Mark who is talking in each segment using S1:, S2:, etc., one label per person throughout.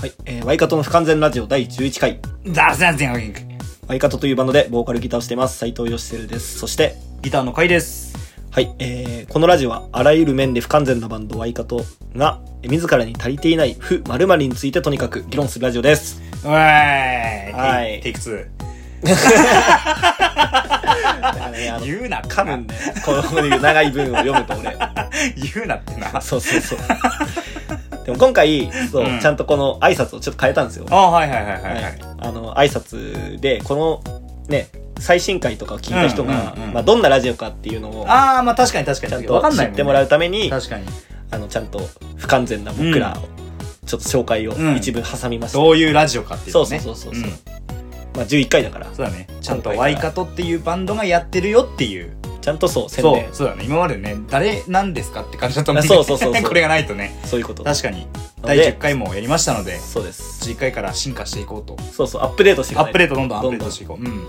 S1: はい、えー、ワイカトの不完全ラジオ第11回。
S2: ザザゼンオリンク。
S1: ワイカトというバンドでボーカルギターをしています、斉藤義輝です。そして、
S2: ギターの会です。
S1: はい、えー、このラジオはあらゆる面で不完全なバンドワイカトが、えー自らに足りていない不〇〇についてとにかく議論するラジオです。
S2: うえーい。
S1: はい
S2: テイク2。言うなってな。
S1: 噛むんで、この長い文を読むと俺。
S2: 言うなって な。
S1: そうそうそう。でも今回、そう、
S2: うん
S1: ちゃんとこの挨拶をちょっと変えたんですよ。
S2: あ、はいはいはいはい。
S1: はい、あの挨拶でこのね最新回とかを聞いた人が、
S2: うんうんうん
S1: まあ、どんなラジオかっていうのを
S2: ああ、まあ確かに確かに。
S1: ちゃん
S2: わ
S1: と
S2: かん
S1: 知
S2: ないもん
S1: っ
S2: ね
S1: てもらうために、
S2: 確かに。
S1: あのちゃんと不完全な僕らをちょっと紹介を
S2: うん
S1: 一部挟みました、
S2: どういうラジオかっていうのね。
S1: そうそうそう
S2: そ
S1: そうう。まあ、11回だから
S2: そうだね。ちゃんと
S1: 今回から
S2: ワイカトっていうバンドがやってるよっていう。
S1: ちゃんとそう宣
S2: そう
S1: 伝。
S2: そうだね。今までね、誰なんですかって感じだったもんね。
S1: あそうそうそうそう
S2: これがないとね。
S1: そういうこと
S2: 確かに。
S1: ので
S2: 第10回もやりましたので、
S1: そうです
S2: 11回から進化していこうと。
S1: そうそうアップデートしていか
S2: ア
S1: ない
S2: ップデートどんどんアッ
S1: ど
S2: プ
S1: ん
S2: デー
S1: どん
S2: トしていこう。うん。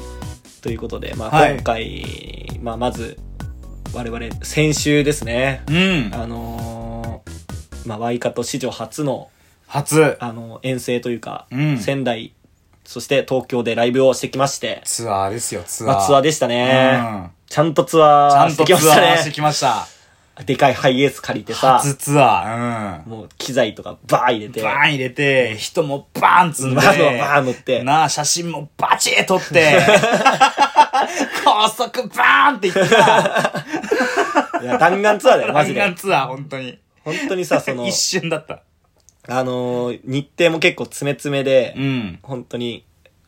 S1: ということで、まあ、
S2: はい
S1: 今回、まあ、まず我々先週ですね
S2: うん。
S1: あのーまあ、ワイカと史上初の
S2: 初。
S1: あの遠征というか、
S2: うん
S1: 仙台そして東京でライブをしてきまして、
S2: ツアーですよ、ツアー。
S1: まあ、ツアーでしたね、
S2: うん
S1: ちゃんとツア
S2: ちゃ
S1: ー
S2: ん
S1: して
S2: と
S1: き
S2: ツ
S1: まし
S2: アー
S1: た
S2: して
S1: ね
S2: きました。
S1: でかいハイエース借りてさ
S2: 初ツアー。うん。
S1: もう機材とかバーン入れて
S2: バーン入れて、人もバーン積んで。
S1: 窓もバーン乗って
S2: なあ、写真もバチッ撮って。高速バーンっていった。
S1: いや弾丸ツアーだ よマジ
S2: 弾
S1: で
S2: 丸ツアー、本当に。
S1: 本当 にさその
S2: 一瞬だった。
S1: あのー日程も結構詰め詰めで、
S2: うん。
S1: 本当に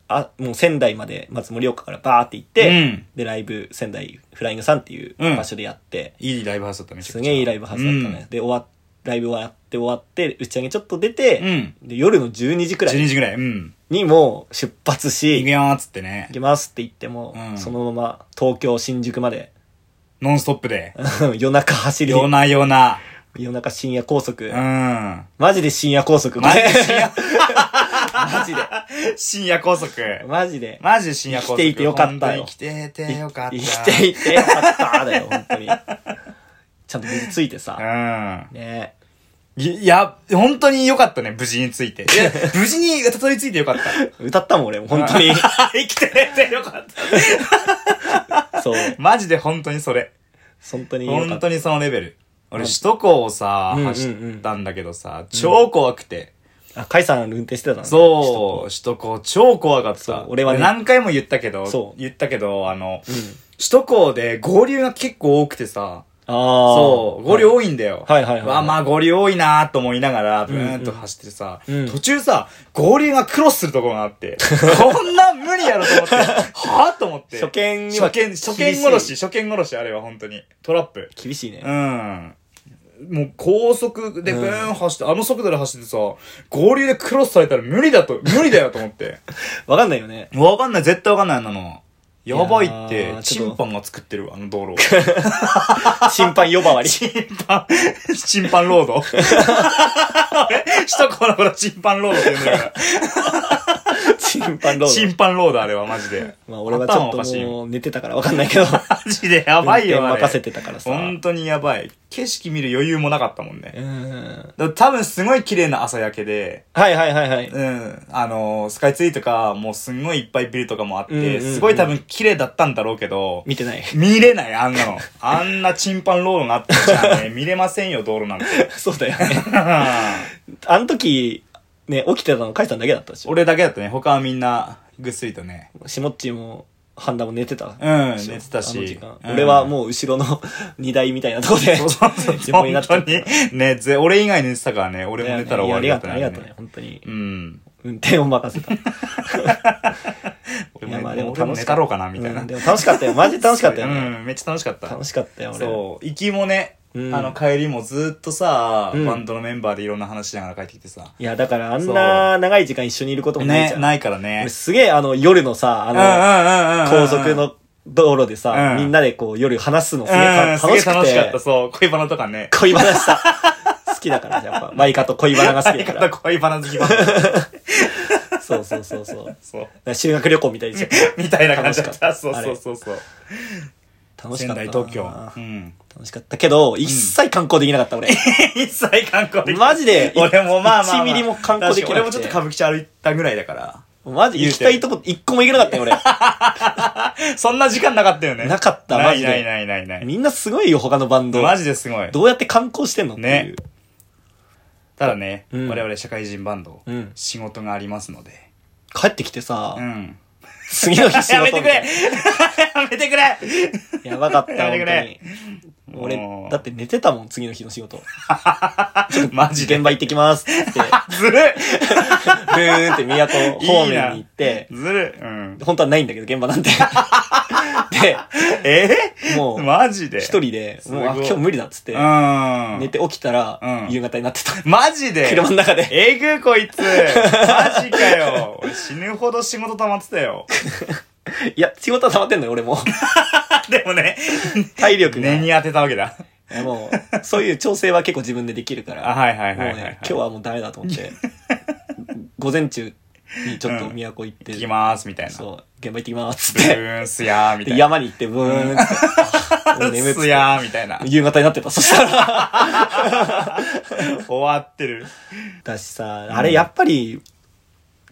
S1: あもう仙台までまず盛岡からバーって行って、
S2: うん
S1: でライブ仙台フライングさんっていう
S2: うん
S1: 場所でやって、
S2: いいライブハウスだった、めちゃくち
S1: す
S2: ゃ。
S1: げえいいライブハウスだったね。で、終わっ、ライブ終わって終わって、打ち上げちょっと出て、
S2: う
S1: で、夜の12時く
S2: うん。
S1: らい
S2: 12時ぐらい。うん。
S1: にもう出発
S2: 行く
S1: し、
S2: よーっつってね
S1: 行。きますって言っても、
S2: うん
S1: そのまま東京、新宿まで、
S2: ノンストップで。
S1: 夜中走り、
S2: ようなような。
S1: 夜中深夜高速、
S2: うん。
S1: マジで深夜高速、
S2: マジで深夜
S1: マジで、
S2: 深夜高速。
S1: マジで、
S2: マジで深夜高速。
S1: 生きていてよかったよ
S2: 本当に生きててよかった。
S1: 生きていてよかっただよ、本当に。ちゃんと水ついてさ、
S2: うん。
S1: ね
S2: いや、本当に良かったね、無事について。いや、 無事にたどり着いて良かった。
S1: 歌ったもん俺も、本当に。
S2: 生きてて良かっ た。
S1: そう、
S2: マジで本当にそれ。
S1: 本当によか
S2: 本
S1: った
S2: 当。にそのレベル。俺、首都高をさ、
S1: うんうんうん
S2: 走ったんだけどさ、超怖くて。
S1: あ、カイさん運転してたんだね
S2: そう、首都高超怖かっ
S1: そう
S2: た。
S1: 俺はね
S2: で何回も言ったけど
S1: そ、う
S2: 言ったけど、あの、首都高で合流が結構多くてさ、
S1: ああ。
S2: そう、合流多いんだよ。
S1: はいはいはいはい
S2: わあまあ合流多いなーと思いながら、ブーンと走ってさ、途中さ、合流がクロスするところがあって、こんなん無理やろと 思って、はぁと思って。
S1: 初見には
S2: 初見、初見殺し、初見殺しあれは本当に。トラップ。
S1: 厳しいね。
S2: うん。もう高速でブーン走って、あの速度で走ってさ、合流でクロスされたら無理だと、無理だよと思って。
S1: わかんないよね。
S2: わかんない、絶対わかんない、あんなの。やばいっ
S1: いや
S2: て
S1: ー、ちょっ
S2: チ
S1: と
S2: ンパンが作ってる、あの道路を。
S1: 審判呼ば わり。
S2: チンパン、 チンパンロ ード俺、首都高のことチンパンロードって言うんだから。
S1: 審判ロ
S2: チ
S1: ー
S2: ンパンロードあれはマジで。
S1: ド。まあ俺はちょっ
S2: 頭おかしい
S1: と
S2: よ。
S1: もう寝てたからわかんないけど。や
S2: マジでやばいよ、あれ。
S1: 任せてたからさ。
S2: 本当にやばい。景色見る余裕もなかったもんね。
S1: うん。
S2: だから多分すごい綺麗な朝焼けで、
S1: はいはいはいはい。
S2: うん、あのースカイツリーとか、もうすんごいいっぱいビルとかもあっ
S1: うんうん
S2: て、
S1: うん
S2: すごい多分綺麗だったんだろうけど、
S1: 見てない。
S2: 見れない、あんなの。あんなチンパンロードがあったじゃんね、見れませんよ、道路なんて。
S1: そうだよね。 あの時、ね、起きてたのカイさんだけだったでしょ。
S2: 俺だけだったね、他はみんな、ぐっすりとね。
S1: しもっちも、ハンダも寝てた。
S2: うん、寝てた
S1: あの時
S2: し
S1: 間。
S2: うん
S1: 俺はもう後ろの 荷台みたいなとこで
S2: そうそうそう。
S1: 横になっ
S2: 本
S1: ちゃ
S2: 当
S1: った
S2: に。ね、ぜ俺以外寝てたからね、俺も寝たら終わりだった
S1: いや
S2: ね。
S1: ありがとう、ありがとうね。本当に
S2: う。ん。
S1: 運転を任 せた。
S2: 俺
S1: いやまあ
S2: もね
S1: でも
S2: 俺も
S1: 楽
S2: 寝
S1: しかった
S2: たろうかな、みたい
S1: うん
S2: な。
S1: でも楽しかったよ。マジ楽しかったよね。
S2: うん、めっちゃ楽しかった。
S1: 楽しかったよ、俺。
S2: そう。行きもね、
S1: うん
S2: あの帰りもずっとさ、
S1: うん
S2: バンドのメンバーでいろんな話しながら帰ってきてさ。
S1: いや、だからあんな長い時間一緒にいることもない
S2: ね
S1: じゃ、ん。
S2: ないからね
S1: 俺。すげえあの夜のさ、
S2: うんうん
S1: あ
S2: うんうん
S1: の、
S2: うん
S1: 高速。の道路でさ、
S2: うん
S1: みんなでこう夜話すの
S2: うん
S1: すげえた
S2: すげ
S1: 楽
S2: え
S1: しくて。
S2: 楽しかった、そう。恋バナとかね。
S1: 恋バナさ、好きだからねやっぱ、マイカと恋バナが好きだか
S2: 相方
S1: ら。
S2: 恋バナ好きバンド。
S1: そうそうそうそう。だか
S2: そう。
S1: ら修学旅行みたいにして
S2: みたいな感じだっ
S1: 楽し
S2: た。
S1: か
S2: そ
S1: っ
S2: う
S1: た
S2: そうそうそう。
S1: 楽し
S2: 仙
S1: かった
S2: 台、
S1: な
S2: 東京。うん。
S1: 楽しかったけど、一切観光できなかった、俺。
S2: 一切観光できない
S1: マジで
S2: 俺もまあまあ、ま
S1: 1
S2: あ。
S1: ミリも観光できなくて
S2: 確かに俺もちょっと歌舞伎町歩いたぐらいだから。
S1: マジ、
S2: 言う
S1: 行き
S2: て
S1: たいとこ、一個も行けなかったよ、 俺。
S2: そんな時間なかったよね。
S1: なかった
S2: な
S1: マ
S2: い
S1: ジで
S2: ないないないない。
S1: みんなすごいよ、他のバンド。
S2: マジですごい。
S1: どうやって観光してんのっていう。
S2: ねただね、
S1: うん
S2: 我々社会人バンド、
S1: うん
S2: 仕事がありますので。
S1: 帰ってきてさ、
S2: うん。
S1: 次の日仕事
S2: やめてくれ やめてくれ
S1: やばかった、
S2: や
S1: 本
S2: めてくれ
S1: 当に。俺
S2: も、う
S1: だって寝てたもん、次の日の仕事。
S2: マジで
S1: 現。場行ってきますって言って、
S2: ずる
S1: ブーンって宮古方面に行って、
S2: いいなずるうん。
S1: 本当はないんだけど、現場なん て。で、
S2: え
S1: もう
S2: マジで
S1: 一人で、もう、あ、
S2: すご
S1: 今
S2: い
S1: 日無理だっつって
S2: う、ん。
S1: 寝て起きたら
S2: う、ん
S1: 夕方になってた。
S2: マジで
S1: 車の中で。
S2: えぐこいつマジかよ俺死ぬほど仕事溜まって たよ。
S1: いや、仕事は溜まってんのよ、俺 も。
S2: でもね、
S1: 体力が
S2: 根。に当てたわけだ。
S1: もう、そういう調整は結構自分でできるから。
S2: あはいはいはいはい
S1: もう
S2: はい
S1: ね、今日はもうダメだと思 って。午前中にちょっと都行って、
S2: 行きます、みたいな。
S1: そう、現場行ってきますっ
S2: ブ
S1: つって。
S2: ーンスヤー、み
S1: で
S2: たいな。
S1: 山に行って、ブーンっつっ てあ。もう眠っつっ
S2: ス
S1: て。
S2: ヤー、みた いな。
S1: 夕方になってた。そしたら。
S2: 終わってる。
S1: だしさ、あれやっぱり、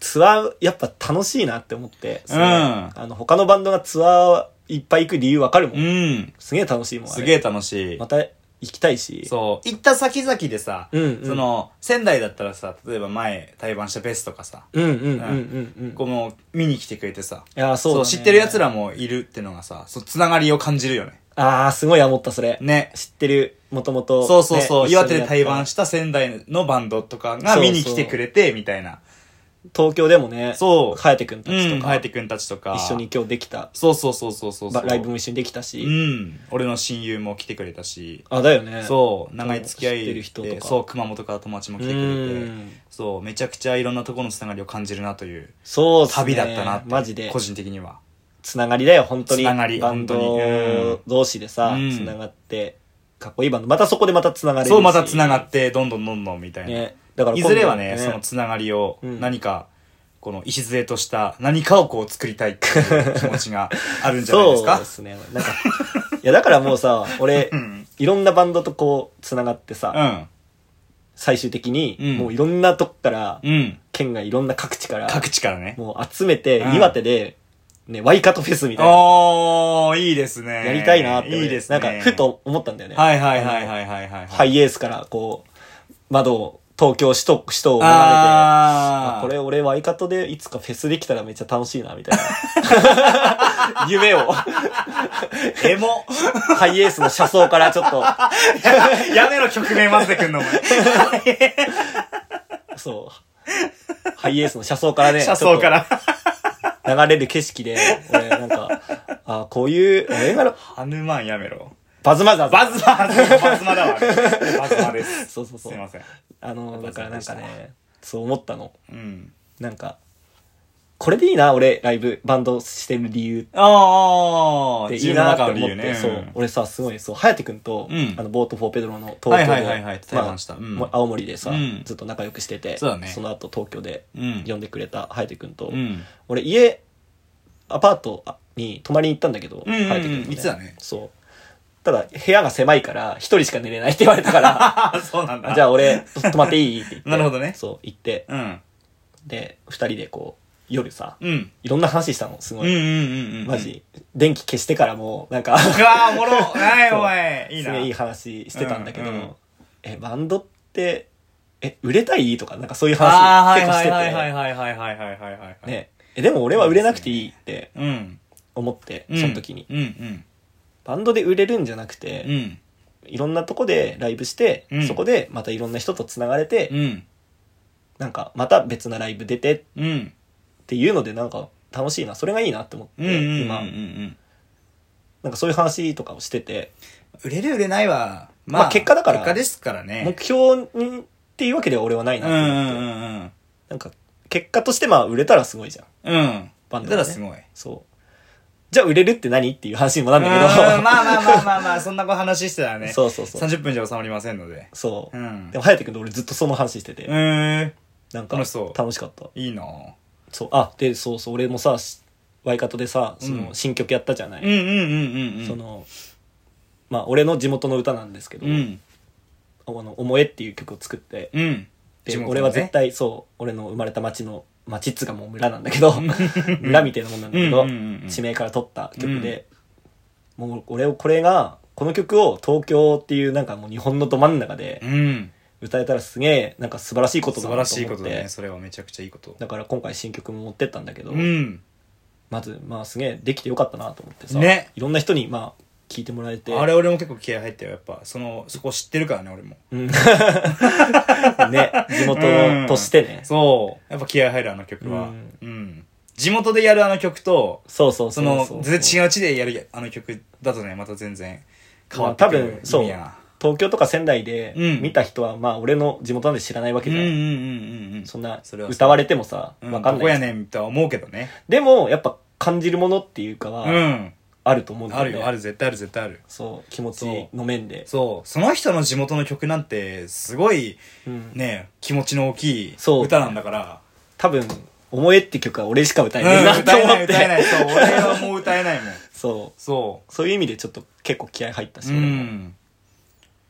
S1: ツアー、やっぱ楽しいなって思って。すごい
S2: うん
S1: あの、他のバンドがツアーいっぱい行く理由わかるも。
S2: うんん。
S1: すげえ楽しいもん。あれ
S2: すげえ楽しい
S1: ま。た行きたいし。
S2: そう。行った先々でさ、
S1: うんうん
S2: その、仙台だったらさ、例えば前、対バンしたベスとかさ、
S1: うんうんうんうんうん。
S2: この、見に来てくれてさ、
S1: いや、そうだね。
S2: 知ってる奴らもいるってのがさ、そう、つながりを感じるよね。
S1: ああ、すごい思った、それ。
S2: ね。
S1: 知ってる、もともと。
S2: そうそうそう、
S1: ね
S2: 岩手で対
S1: 一緒
S2: バン
S1: にやっ
S2: した仙台のバンドとか
S1: そう
S2: が
S1: そう
S2: 見に来てくれて、みたいな。
S1: た東京でもね、
S2: そう
S1: 颯くんた
S2: う
S1: ち
S2: ん、
S1: と
S2: は
S1: か、
S2: やてくんたちとか。
S1: 一緒に。今日できた、
S2: そうそうそうそうそうそ
S1: ば
S2: う。
S1: ライブも
S2: う
S1: 一緒にできたし。
S2: ん。俺の親友も来てくれたし。
S1: あ、だよね。
S2: そう、長い付き合い
S1: 知ってる人と
S2: で
S1: か
S2: そう、熊本から友達も来
S1: う
S2: てくれて
S1: ん。
S2: そう、めちゃくちゃいろんなところのつながりを感じるなという。
S1: そうっすね
S2: 旅だったなって。
S1: マジで。
S2: 個人的には。
S1: つながりだよ、本当に。
S2: つながり
S1: バン
S2: 本当にう
S1: ド
S2: ん
S1: 同士でさ、
S2: うん
S1: つながって、かっこいいバンド。またそこでまたつながれるし。
S2: そう、またつながって、どんどんどんどんみたいな。
S1: ね。だから
S2: い
S1: 今度
S2: ずれはね、そのつながりを
S1: うん
S2: 何か、この礎とした何かをこう作りたいっていう気持ち があるんじゃないですか。
S1: そうですね。なんか、 いや、だからもうさ、俺
S2: うん、
S1: いろんなバンドとこう、つながってさ、
S2: うん。
S1: 最終的に、
S2: うん
S1: もういろんなとこから、
S2: うん。
S1: 県外いろんな各地から、
S2: 各地からね。
S1: もう集めて、
S2: うん
S1: 岩手で、ね、ワイカトフェスみたいな、
S2: おー、いいですね。
S1: やりたいなって、
S2: いいですね。
S1: なんか、ふ。と思ったんだよね。
S2: はいはいはいはいはいはい。
S1: ハ
S2: い。
S1: イエースから、こう、窓を、東京、首都、首都を眺めて、あ
S2: あー。
S1: これ俺ワイカトでいつかフェスできたらめっちゃ楽しいな、みたい な。夢を、
S2: エ モ。
S1: ハイエースの車窓からちょっと、
S2: やめろ、曲名混ぜてくんの、お前。
S1: そう。ハイエースの車窓からね、
S2: 車窓から。
S1: ちょっと流れる景色で、俺なんか、あこういう、俺が、
S2: ハヌマンやめろ。
S1: バズマザーズ。
S2: バズマ、バズマだわ。バズマです。
S1: そうそうそう
S2: すいません。
S1: あの、だ
S2: バズ
S1: からな
S2: マで
S1: ん
S2: し
S1: か
S2: た
S1: ね、そう思ったの。
S2: うん。
S1: なんか、これでいいな、俺、ライブ、バンドしてる理由っ
S2: あ
S1: て
S2: ー、
S1: いいなって思って、
S2: 自分の中の理由ね。。
S1: そううん俺さ、すごい、そう、颯くんと、
S2: うん
S1: あの、ボートフォーペドロの東京で、
S2: はいはいはいはい対
S1: ま
S2: 談した
S1: あ
S2: うん
S1: もう青森でさ、
S2: うん
S1: ずっと仲良くしてて、
S2: そうだね
S1: の後東京で
S2: うん
S1: 呼んでくれた颯くんと、
S2: うん。
S1: 俺家アパートに泊まりに行ったんだけど、
S2: うんうんうん
S1: 帰ってくるの
S2: 言ってたね
S1: そうただ部屋が狭いから一人しか寝れないって言われたか ら
S2: あー、そうなんだ。
S1: じゃあ俺泊まっていいって言って
S2: なるほどね
S1: そう行って
S2: うん。
S1: で二人でこう夜さ
S2: うん。
S1: いろんな話したのす
S2: うん
S1: ご
S2: うん
S1: い、
S2: うんうん。
S1: マジ電気消してからもうなんか
S2: うわー、おもろ。はい、
S1: そう
S2: お前。いい
S1: す
S2: な。
S1: げえいい話してたんだけど、
S2: うんうん
S1: えバンドってえ売れたいとかなんかそういう
S2: あ
S1: 話結構してて、
S2: はいはいはいはいはいはいはいはいはい。。
S1: ねえでも俺は売れなくていいって
S2: うん。
S1: 思ってその時に、
S2: うんうん。
S1: バンドで売れるんじゃなくて、
S2: うん。
S1: いろんなとこでライブして、
S2: うん
S1: そこでまたいろんな人とつながれて、
S2: うん。
S1: なんかまた別なライブ出てっ
S2: うん。
S1: ていうのでなんか楽しいなそれがいいなって思って、
S2: うんうんうんうん
S1: 今
S2: うん。
S1: なんかそういう話とかをしてて、
S2: 売れる売れないは、
S1: まあ結果だから
S2: 結果ですからね。
S1: 目標にっていうわけでは俺はない
S2: う
S1: な
S2: んう
S1: と思って、
S2: んうん
S1: なんか結果としてまあ売れたらすごいじゃん
S2: うん。うん。
S1: バンド
S2: た
S1: がね
S2: らすごい。
S1: そうじゃあ売れるって何っていう話にもな
S2: う
S1: る
S2: ん
S1: ん
S2: ま
S1: だ
S2: あ
S1: けど
S2: まあまあまあまあまあ、そんな話してたら ね。
S1: そうそうそう
S2: 30分じゃ収まりませんので。
S1: そう、
S2: うん
S1: でも颯君と俺ずっとその話してて、
S2: うーん。
S1: なんか
S2: 楽しそう
S1: 楽しかった
S2: いいな
S1: そうあでそうそう俺もさしワイカトでさ、そ
S2: うん
S1: の新曲やったじゃない、
S2: うんうんうんうんうん。
S1: その、まあ俺の地元の歌なんですけど、
S2: うん。
S1: あの、思えっていう曲を作って、
S2: うん。
S1: で
S2: 地元のね
S1: 俺は絶対そう、俺の生まれた町の、町っつうかもう村なんだけ ど、村みたいなもんなんだけど、
S2: うんうんうんうん
S1: 地名から取った曲で、もう俺をこれが、この曲を東京っていうなんかもう日本のど真ん中で
S2: うん。
S1: 歌えたらすげえなんか素晴らしいこと
S2: 素
S1: だ
S2: 晴
S1: な
S2: ら
S1: と
S2: しい
S1: 思
S2: こ
S1: っ
S2: と
S1: て、
S2: だね。それはめちゃくちゃいいこと。
S1: だから今回新曲も持ってったんだけど、
S2: うん。
S1: まずまあすげえできてよかったなと思ってさ、
S2: ね
S1: いろんな人にまあ聞いてもらえて
S2: あれ俺も結構気合入ったよ。やっぱ、その、そこ知ってるからね、俺も。
S1: うんね地元としてね、
S2: そう。やっぱ気合入る、あの曲は。
S1: う
S2: うんん。地元でやるあの曲と、
S1: そうそう
S2: そ
S1: そう
S2: の
S1: そう、
S2: 全然違う地でやるあの曲だとね、また全然変わって
S1: 多
S2: くる。
S1: 分そう
S2: 意味やな
S1: 東京とか仙台で
S2: うん
S1: 見た人は、まあ俺の地元なんで知らないわけ
S2: うん
S1: じ
S2: う
S1: ゃな
S2: ん
S1: い、
S2: うんうんうん。
S1: そんな
S2: それはそう
S1: 歌われてもさ
S2: うん
S1: 分かん
S2: どこ
S1: ない、
S2: やねんとは思うけどね。
S1: でもやっぱ感じるものっていうか
S2: う
S1: は
S2: ん。
S1: あると思うんだ
S2: あ
S1: よ
S2: る
S1: ね、
S2: よ、ある、絶対ある、絶対ある。
S1: そう気持ちの面で
S2: そう。その人の地元の曲なんて、すごい、
S1: うん
S2: ね、気持ちの大きい
S1: そう
S2: 歌なんだから。
S1: 多分「思え」って曲は俺しか歌え
S2: うん、
S1: な
S2: 歌
S1: い
S2: え
S1: なと思
S2: な
S1: っ
S2: い、
S1: て、
S2: 歌えない。そう、俺はもう歌えないもん。
S1: そう
S2: そ
S1: そういう意味でちょっと結構気合入ったし、
S2: う。う
S1: 俺も
S2: ん。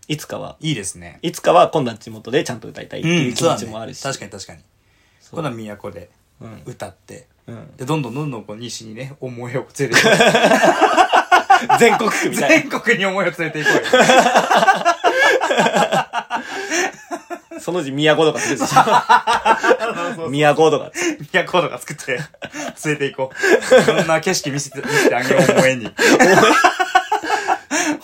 S1: いつかはい
S2: いですね。
S1: いつかは今度は地元でちゃんと歌いたいっていう気持ちもあるし、
S2: そうだね確かに確かに。この都で
S1: うん
S2: 歌って。
S1: うん
S2: で、どんどんどんどんこう西にね、思いを連れて
S1: 全国区みたい
S2: 全国に思いを連れていこう よ。
S1: なその字都とかするでしょ都とか
S2: 都とか作って、連れていこう。そんな景色見せて、見せてあげよう、思いに。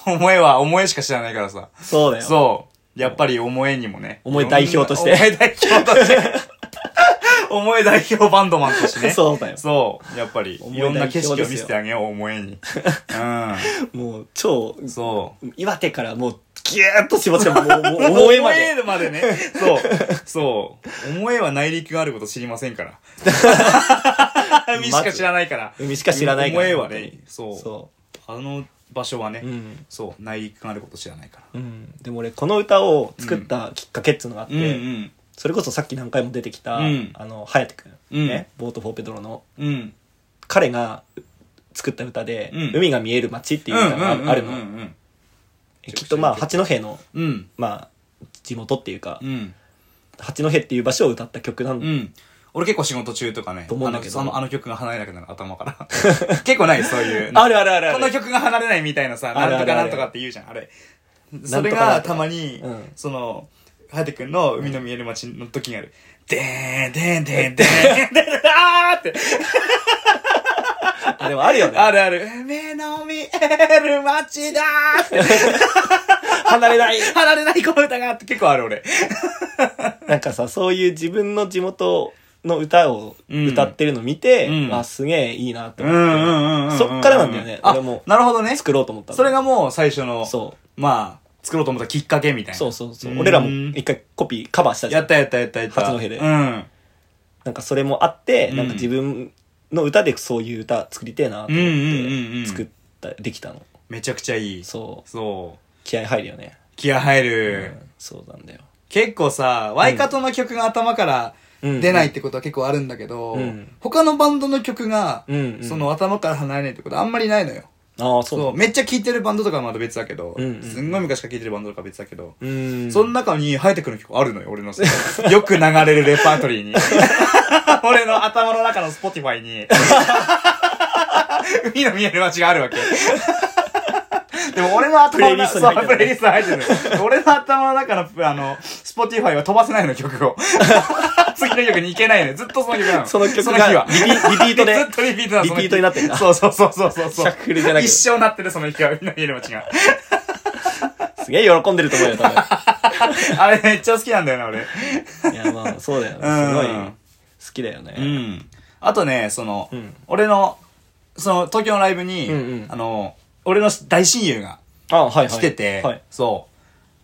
S2: 思いは思いしか知らないからさ。
S1: そうだよ
S2: そう。やっぱり思いにもね。
S1: 思い代表として
S2: 思い代表として。思い代表バンドマンとしてね。う。
S1: そうだよ。
S2: そう。やっぱり、
S1: 思い
S2: い
S1: 代
S2: ろん
S1: 表で
S2: な
S1: す
S2: 景
S1: よ
S2: 色を見せてあげよう、思いに。
S1: もう、超
S2: う、ん。そう。
S1: 岩手からもう、ギューっと絞ってもう、 もう、思えまで。
S2: 思え までね。そう。そう。思えは内陸があること知りませ んから。海しか知らないから。
S1: 海しか知らないから。
S2: 思えは
S1: 本当
S2: ね
S1: に。
S2: そう。
S1: そ
S2: あの場所はね、
S1: う。うん。
S2: そう。内陸があること知らないから。
S1: うん。でも俺、この歌を作ったきっかけっていうのがあっ
S2: う
S1: て、
S2: んうん。
S1: それこそさっき何回も出てきた、
S2: うん
S1: あの、颯く
S2: うん
S1: ん。ね。ボート・フォー・ペドロの、
S2: うん。
S1: 彼が作った歌で、
S2: うん
S1: 海が見える街っていう歌があるある
S2: うんう
S1: の。
S2: ん
S1: えきっとまあ、八戸の、
S2: うん。うん。
S1: まあ、地元っていうか
S2: う、ん。
S1: 八戸っていう場所を歌った曲なん
S2: う
S1: だ。
S2: ん。俺結構仕事中とかね、
S1: と思うんだけど
S2: あのそのあの曲が離れなくなる頭から。 結構ないそういう。
S1: あるあるあるあ
S2: こ
S1: る。
S2: の曲が離れないみたいなさ、
S1: あ
S2: な
S1: るある
S2: んとかなんとかって言うじゃん、あれ。それがたまに
S1: うん、
S2: その、ハテ君の海の見える街の時にある。でーん、でーん、でーん、でーん、 でーん、あーって。
S1: あ、でもあるよね。
S2: あるある。海の見える街だーって。
S1: 離れない。
S2: 離れないこの歌がって結構ある俺。
S1: なんかさ、そういう自分の地元の歌を歌ってるの見て、
S2: うん
S1: あ、すげえいいなって
S2: うんうん
S1: 思っ
S2: うんうんうん。
S1: そっからなんだよね
S2: あ
S1: 俺も、
S2: なるほどね
S1: て、。作ろうと思ったの
S2: それがもう最初の、
S1: そ。
S2: まあ、作ろうと思ったきっかけみたいうな。
S1: そうそうそう。
S2: ん
S1: 俺らも一回コピーカバーしたじゃ
S2: やっ
S1: ん。
S2: たやったやったやった。
S1: 八戸で
S2: うん。
S1: なんかそれもあって、
S2: うん
S1: なんか自分の歌でそういう歌作りてえなと
S2: うんうん
S1: 思っ
S2: うんう
S1: て、
S2: ん。
S1: 作った、できたの。
S2: めちゃくちゃいい。
S1: そう。
S2: そう。
S1: 気合入るよね。
S2: 気合入る。
S1: うんそうなんだよ。
S2: 結構さ、ワイカトの曲が頭から
S1: うん
S2: 出ないってことは結構あるんだけど、
S1: うん
S2: 他のバンドの曲が、
S1: うんうん
S2: その頭から離れないってことあんまりないのよ。
S1: ああ、
S2: そ
S1: そう
S2: う
S1: なんだ。
S2: めっちゃ聴いてるバンドとかはまた別だけど、
S1: うんうん
S2: すんごい昔から聴いてるバンドとかは別だけど、
S1: うん。
S2: その中にハイテクの曲あるのよ、俺の。 よく流れるレパートリーに。 俺の頭の中のスポティファイに。 海の見える街があるわけ。 でも俺の頭の中、そう
S1: プ
S2: プ
S1: レイ
S2: レイ
S1: リ
S2: リスト入ってる。俺の頭の中の、あの、スポティファイは飛ばせないの、曲を。 次の曲に行けないのよ。ずっとその曲なの。
S1: その曲
S2: 日
S1: が
S2: は
S1: リピリピートで
S2: ずっとリピートなのその
S1: リピートになってんだ
S2: そうそうそうそうそうそう。
S1: シャッフルじゃなくて
S2: 一生なってる、その曲は、海の見える街が。
S1: すげえ喜んでると思うよ、多分。
S2: あれめっちゃ好きなんだよな、俺。
S1: いや、まあ、そうだよね。
S2: うん
S1: すごい、好きだよ
S2: う
S1: ね。
S2: ん。あとね、その、
S1: うん
S2: 俺の、その、東京のライブに、
S1: うんうん
S2: あの、俺の大親友が
S1: あはいはい。
S2: 来てて、
S1: はい。
S2: そ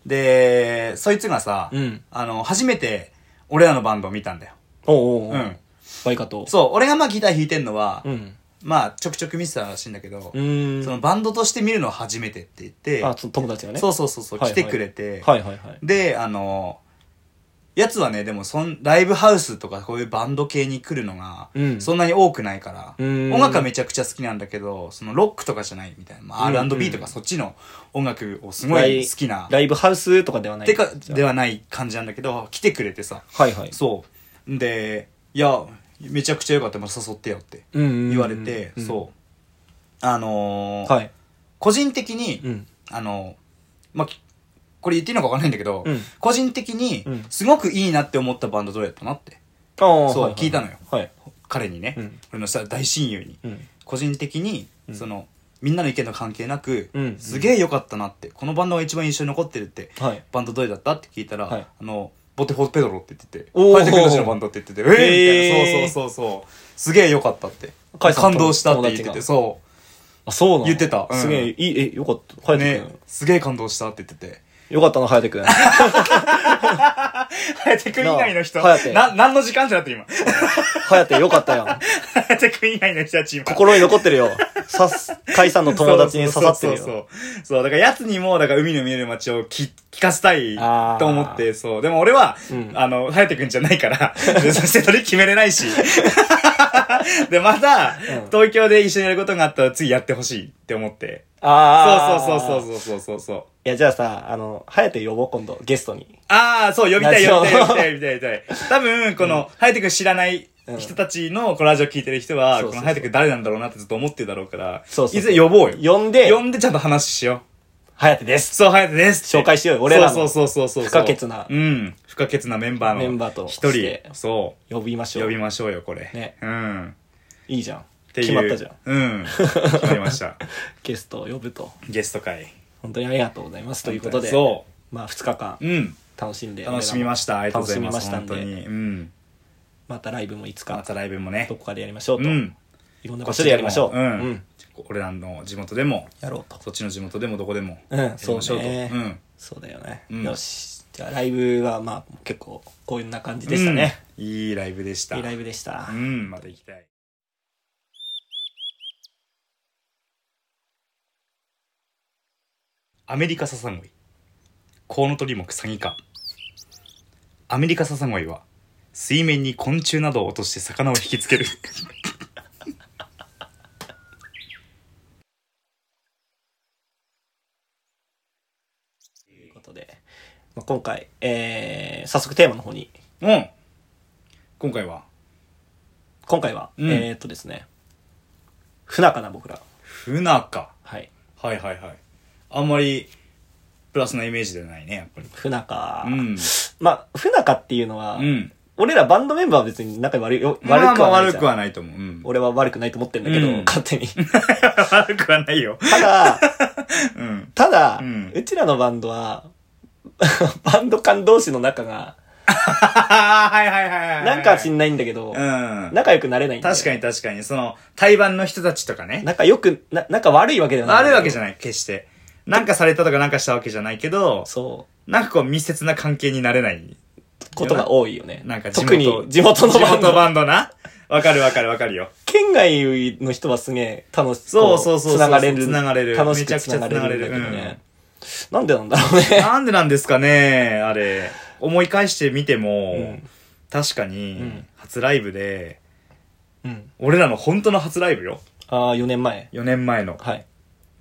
S2: う。で、そいつがさ、
S1: うん
S2: あの、初めて、俺らのバンドを見たんだよ。
S1: おうおうおう。
S2: うん。
S1: バイカと。
S2: そう、俺がまあギター弾いてんのは、
S1: うん。
S2: まあ、ちょくちょく見てたらしいんだけど、
S1: うーん。
S2: そのバンドとして見るのは初めてって言って、
S1: あ、その友達がね。
S2: そうそうそうそう、
S1: はいは
S2: 来
S1: い
S2: てくれて、
S1: はいはいはい。
S2: で、あの、やつはね、でもそん、ライブハウスとかこういうバンド系に来るのが
S1: うん、
S2: そんなに多くないから、
S1: うん
S2: 音楽はめちゃくちゃ好きなんだけど、そのロックとかじゃないみたいな、まあ、
S1: うん
S2: R&B とかそっちの音楽をすごい好きな、
S1: ライブハウスとかではない。
S2: てか、
S1: じゃあ
S2: ではない感じなんだけど、来てくれてさ、
S1: はいはい。
S2: そう。んで、いや、めちゃくちゃよかった、まあ、誘ってよって
S1: 言
S2: 言われて、そう。あのー
S1: はい。
S2: 個人的に、
S1: うん。
S2: あの、まあ、きこれ言っていいのか分かんないんだけど、
S1: うん
S2: 個人的に
S1: うん、
S2: すごくいいなって思ったバンドどれだったなって、
S1: ああ、
S2: そう
S1: はは
S2: 聞いたのよ
S1: はい。
S2: 彼にね、
S1: うん
S2: 俺のさ大親友に、
S1: うん。
S2: 個人的に、
S1: うん
S2: その、みんなの意見の関係なく、
S1: うん
S2: すげえ良かったなって、このバンドが一番印象に残ってるって、
S1: はい。
S2: バンドどれだったって聞いたら、
S1: はい
S2: あの、ボテフォーペドロって言ってて、
S1: おー
S2: ファイトクルージのバンドって言ってて、えー、みたい
S1: へー
S2: な、そうそうそうそう、すげえ良かったって、
S1: カイさん
S2: 感
S1: と
S2: 動したって言って
S1: 友達
S2: て、
S1: が
S2: そう。
S1: あ、そうなの
S2: 言ってたうん
S1: すげえ、いい、え、よかった。ハヤ
S2: ね
S1: ト、
S2: すげえ感動したって言ってて。
S1: 君。よかったな、ハヤト君。
S2: 颯くん以外の人。
S1: なあ颯
S2: な、何の時間じゃなって今。
S1: ハヤトよかったよ。
S2: 颯くん以外の人たち今。
S1: 心に残ってるよ。さす、カイさんの友達に刺さってる
S2: そうそ
S1: よ。
S2: うそうそう。そう、だからやつにも、だから海の見える街をき聞かせたい
S1: あー
S2: と思って、そう。でも俺は、
S1: うん
S2: あの、颯くんじゃないから、 でそしてそれ決めれないし。 で、また、東京で一緒にやることがあったら次やってほしいって思って。
S1: あ
S2: そうそう
S1: う。
S2: そうそうそうそうそう。
S1: いや、じゃあさ、あの、ハヤト呼ぼう、今度、ゲストに。
S2: ああ、そう、呼びたい、
S1: ラ
S2: 呼
S1: ジ
S2: び
S1: オ
S2: たい、呼びたい、呼びたい、呼びたい。多分、この、ハヤテ君知らない人たちの、このラジオ聞いてる人
S1: そ
S2: は、
S1: うそうそう
S2: このハヤテ君誰なんだろうなってずっと思ってるだろうから、
S1: そうそうそう
S2: いずれ呼ぼうよ。
S1: 呼んで、
S2: 呼んでちゃんと話しよう。
S1: ハヤトです。
S2: そう、ハヤテですって。
S1: 紹介しようよ俺らの
S2: そうそうそうそうそう。
S1: 不可欠な
S2: うん。不可欠なメンバーの。
S1: メンバーと
S2: 一
S1: して
S2: 人。そ
S1: 呼びまし
S2: う。
S1: ょ
S2: 呼
S1: う
S2: び。ましょうよ、これ。
S1: ね
S2: うん。っ
S1: いいじゃん。
S2: ていう。
S1: 決まったじゃん。
S2: ん。うん。決まり ました。
S1: ゲストを呼ぶと。
S2: ゲスト会。
S1: 本当にありがとうございます。ということで、
S2: そ
S1: まあ、2日間
S2: う。うん。
S1: 楽しんで、
S2: 楽しみました。ありがとうございます。
S1: 楽しみま
S2: 本当
S1: したんで
S2: に。うん。
S1: またライブもいつ
S2: ま
S1: か、
S2: たライブもね
S1: ど。こかでやりましょうと。
S2: うん。
S1: いろんな場所でやりましょう。
S2: こっちでもうん。俺らの地元でも、
S1: やろうと。
S2: そっちの地元でもどこでも、
S1: うん
S2: やりましょうと。
S1: そうね
S2: ん。
S1: そうだよね。
S2: うん
S1: よし。じゃあライブはまあ結構こんな感じでしたね。
S2: うん。いいライブでした。
S1: いいライブでした。
S2: うん、また行きたい。アメリカササゴイ。コウノトリ目サギ科。アメリカササゴイは、水面に昆虫などを落として魚を引きつける。
S1: ということで、まあ、今回、えー、早速テーマの方に。
S2: うん。今回は、
S1: 今回は、
S2: うん
S1: えーっとですね、不仲な僕ら。
S2: フナカ。
S1: はい。
S2: はいはいはいあんまりプラスなイメージではないねやっぱり
S1: 不仲。
S2: うん
S1: まあ、不仲っていうのは、
S2: うん
S1: 俺らバンドメンバーは別に仲悪いよ悪くは
S2: ま
S1: ない
S2: あまあ
S1: じゃん
S2: 悪くはないと思う、うん、
S1: 俺は悪くないと思ってんだけど、
S2: うん
S1: 勝手に。
S2: 悪くはないよ
S1: ただ、
S2: うん
S1: ただ、
S2: う
S1: うんちらのバンドは、 バンド間同士の仲が、
S2: はいはいはいはい
S1: なんか知
S2: ん
S1: んないんだけど、
S2: うん
S1: 仲良くなれないんだよ
S2: 確かに確かにその対バンの人たちとかね
S1: 仲良く、な、仲悪いわけではない。
S2: 悪いわけじゃ
S1: ない。
S2: ない決してなんかされたとかなんかしたわけじゃないけど
S1: そ。
S2: なんかこう密接な関係になれないう
S1: ことが多いよね。
S2: なんか地元
S1: 特に地元の
S2: 地
S1: バン
S2: 元
S1: ド。
S2: バンドなわかるわかるわか るよ
S1: 県外の人はすげえ楽し
S2: そうそうそうそう
S1: つながれる。
S2: 繋がれる
S1: 楽し
S2: めち
S1: く
S2: ゃく
S1: つ
S2: ちゃ
S1: ながれるんだけど
S2: 繋がれる
S1: ね。なんでなんだろうね。
S2: なんでなんですかね、あれ。思い返してみても、
S1: うん
S2: 確かに、
S1: うん
S2: 初ライブで、
S1: うん。
S2: 俺らの本当の初ライブよ。
S1: ああ、4年前。
S2: 4年前の。
S1: はい。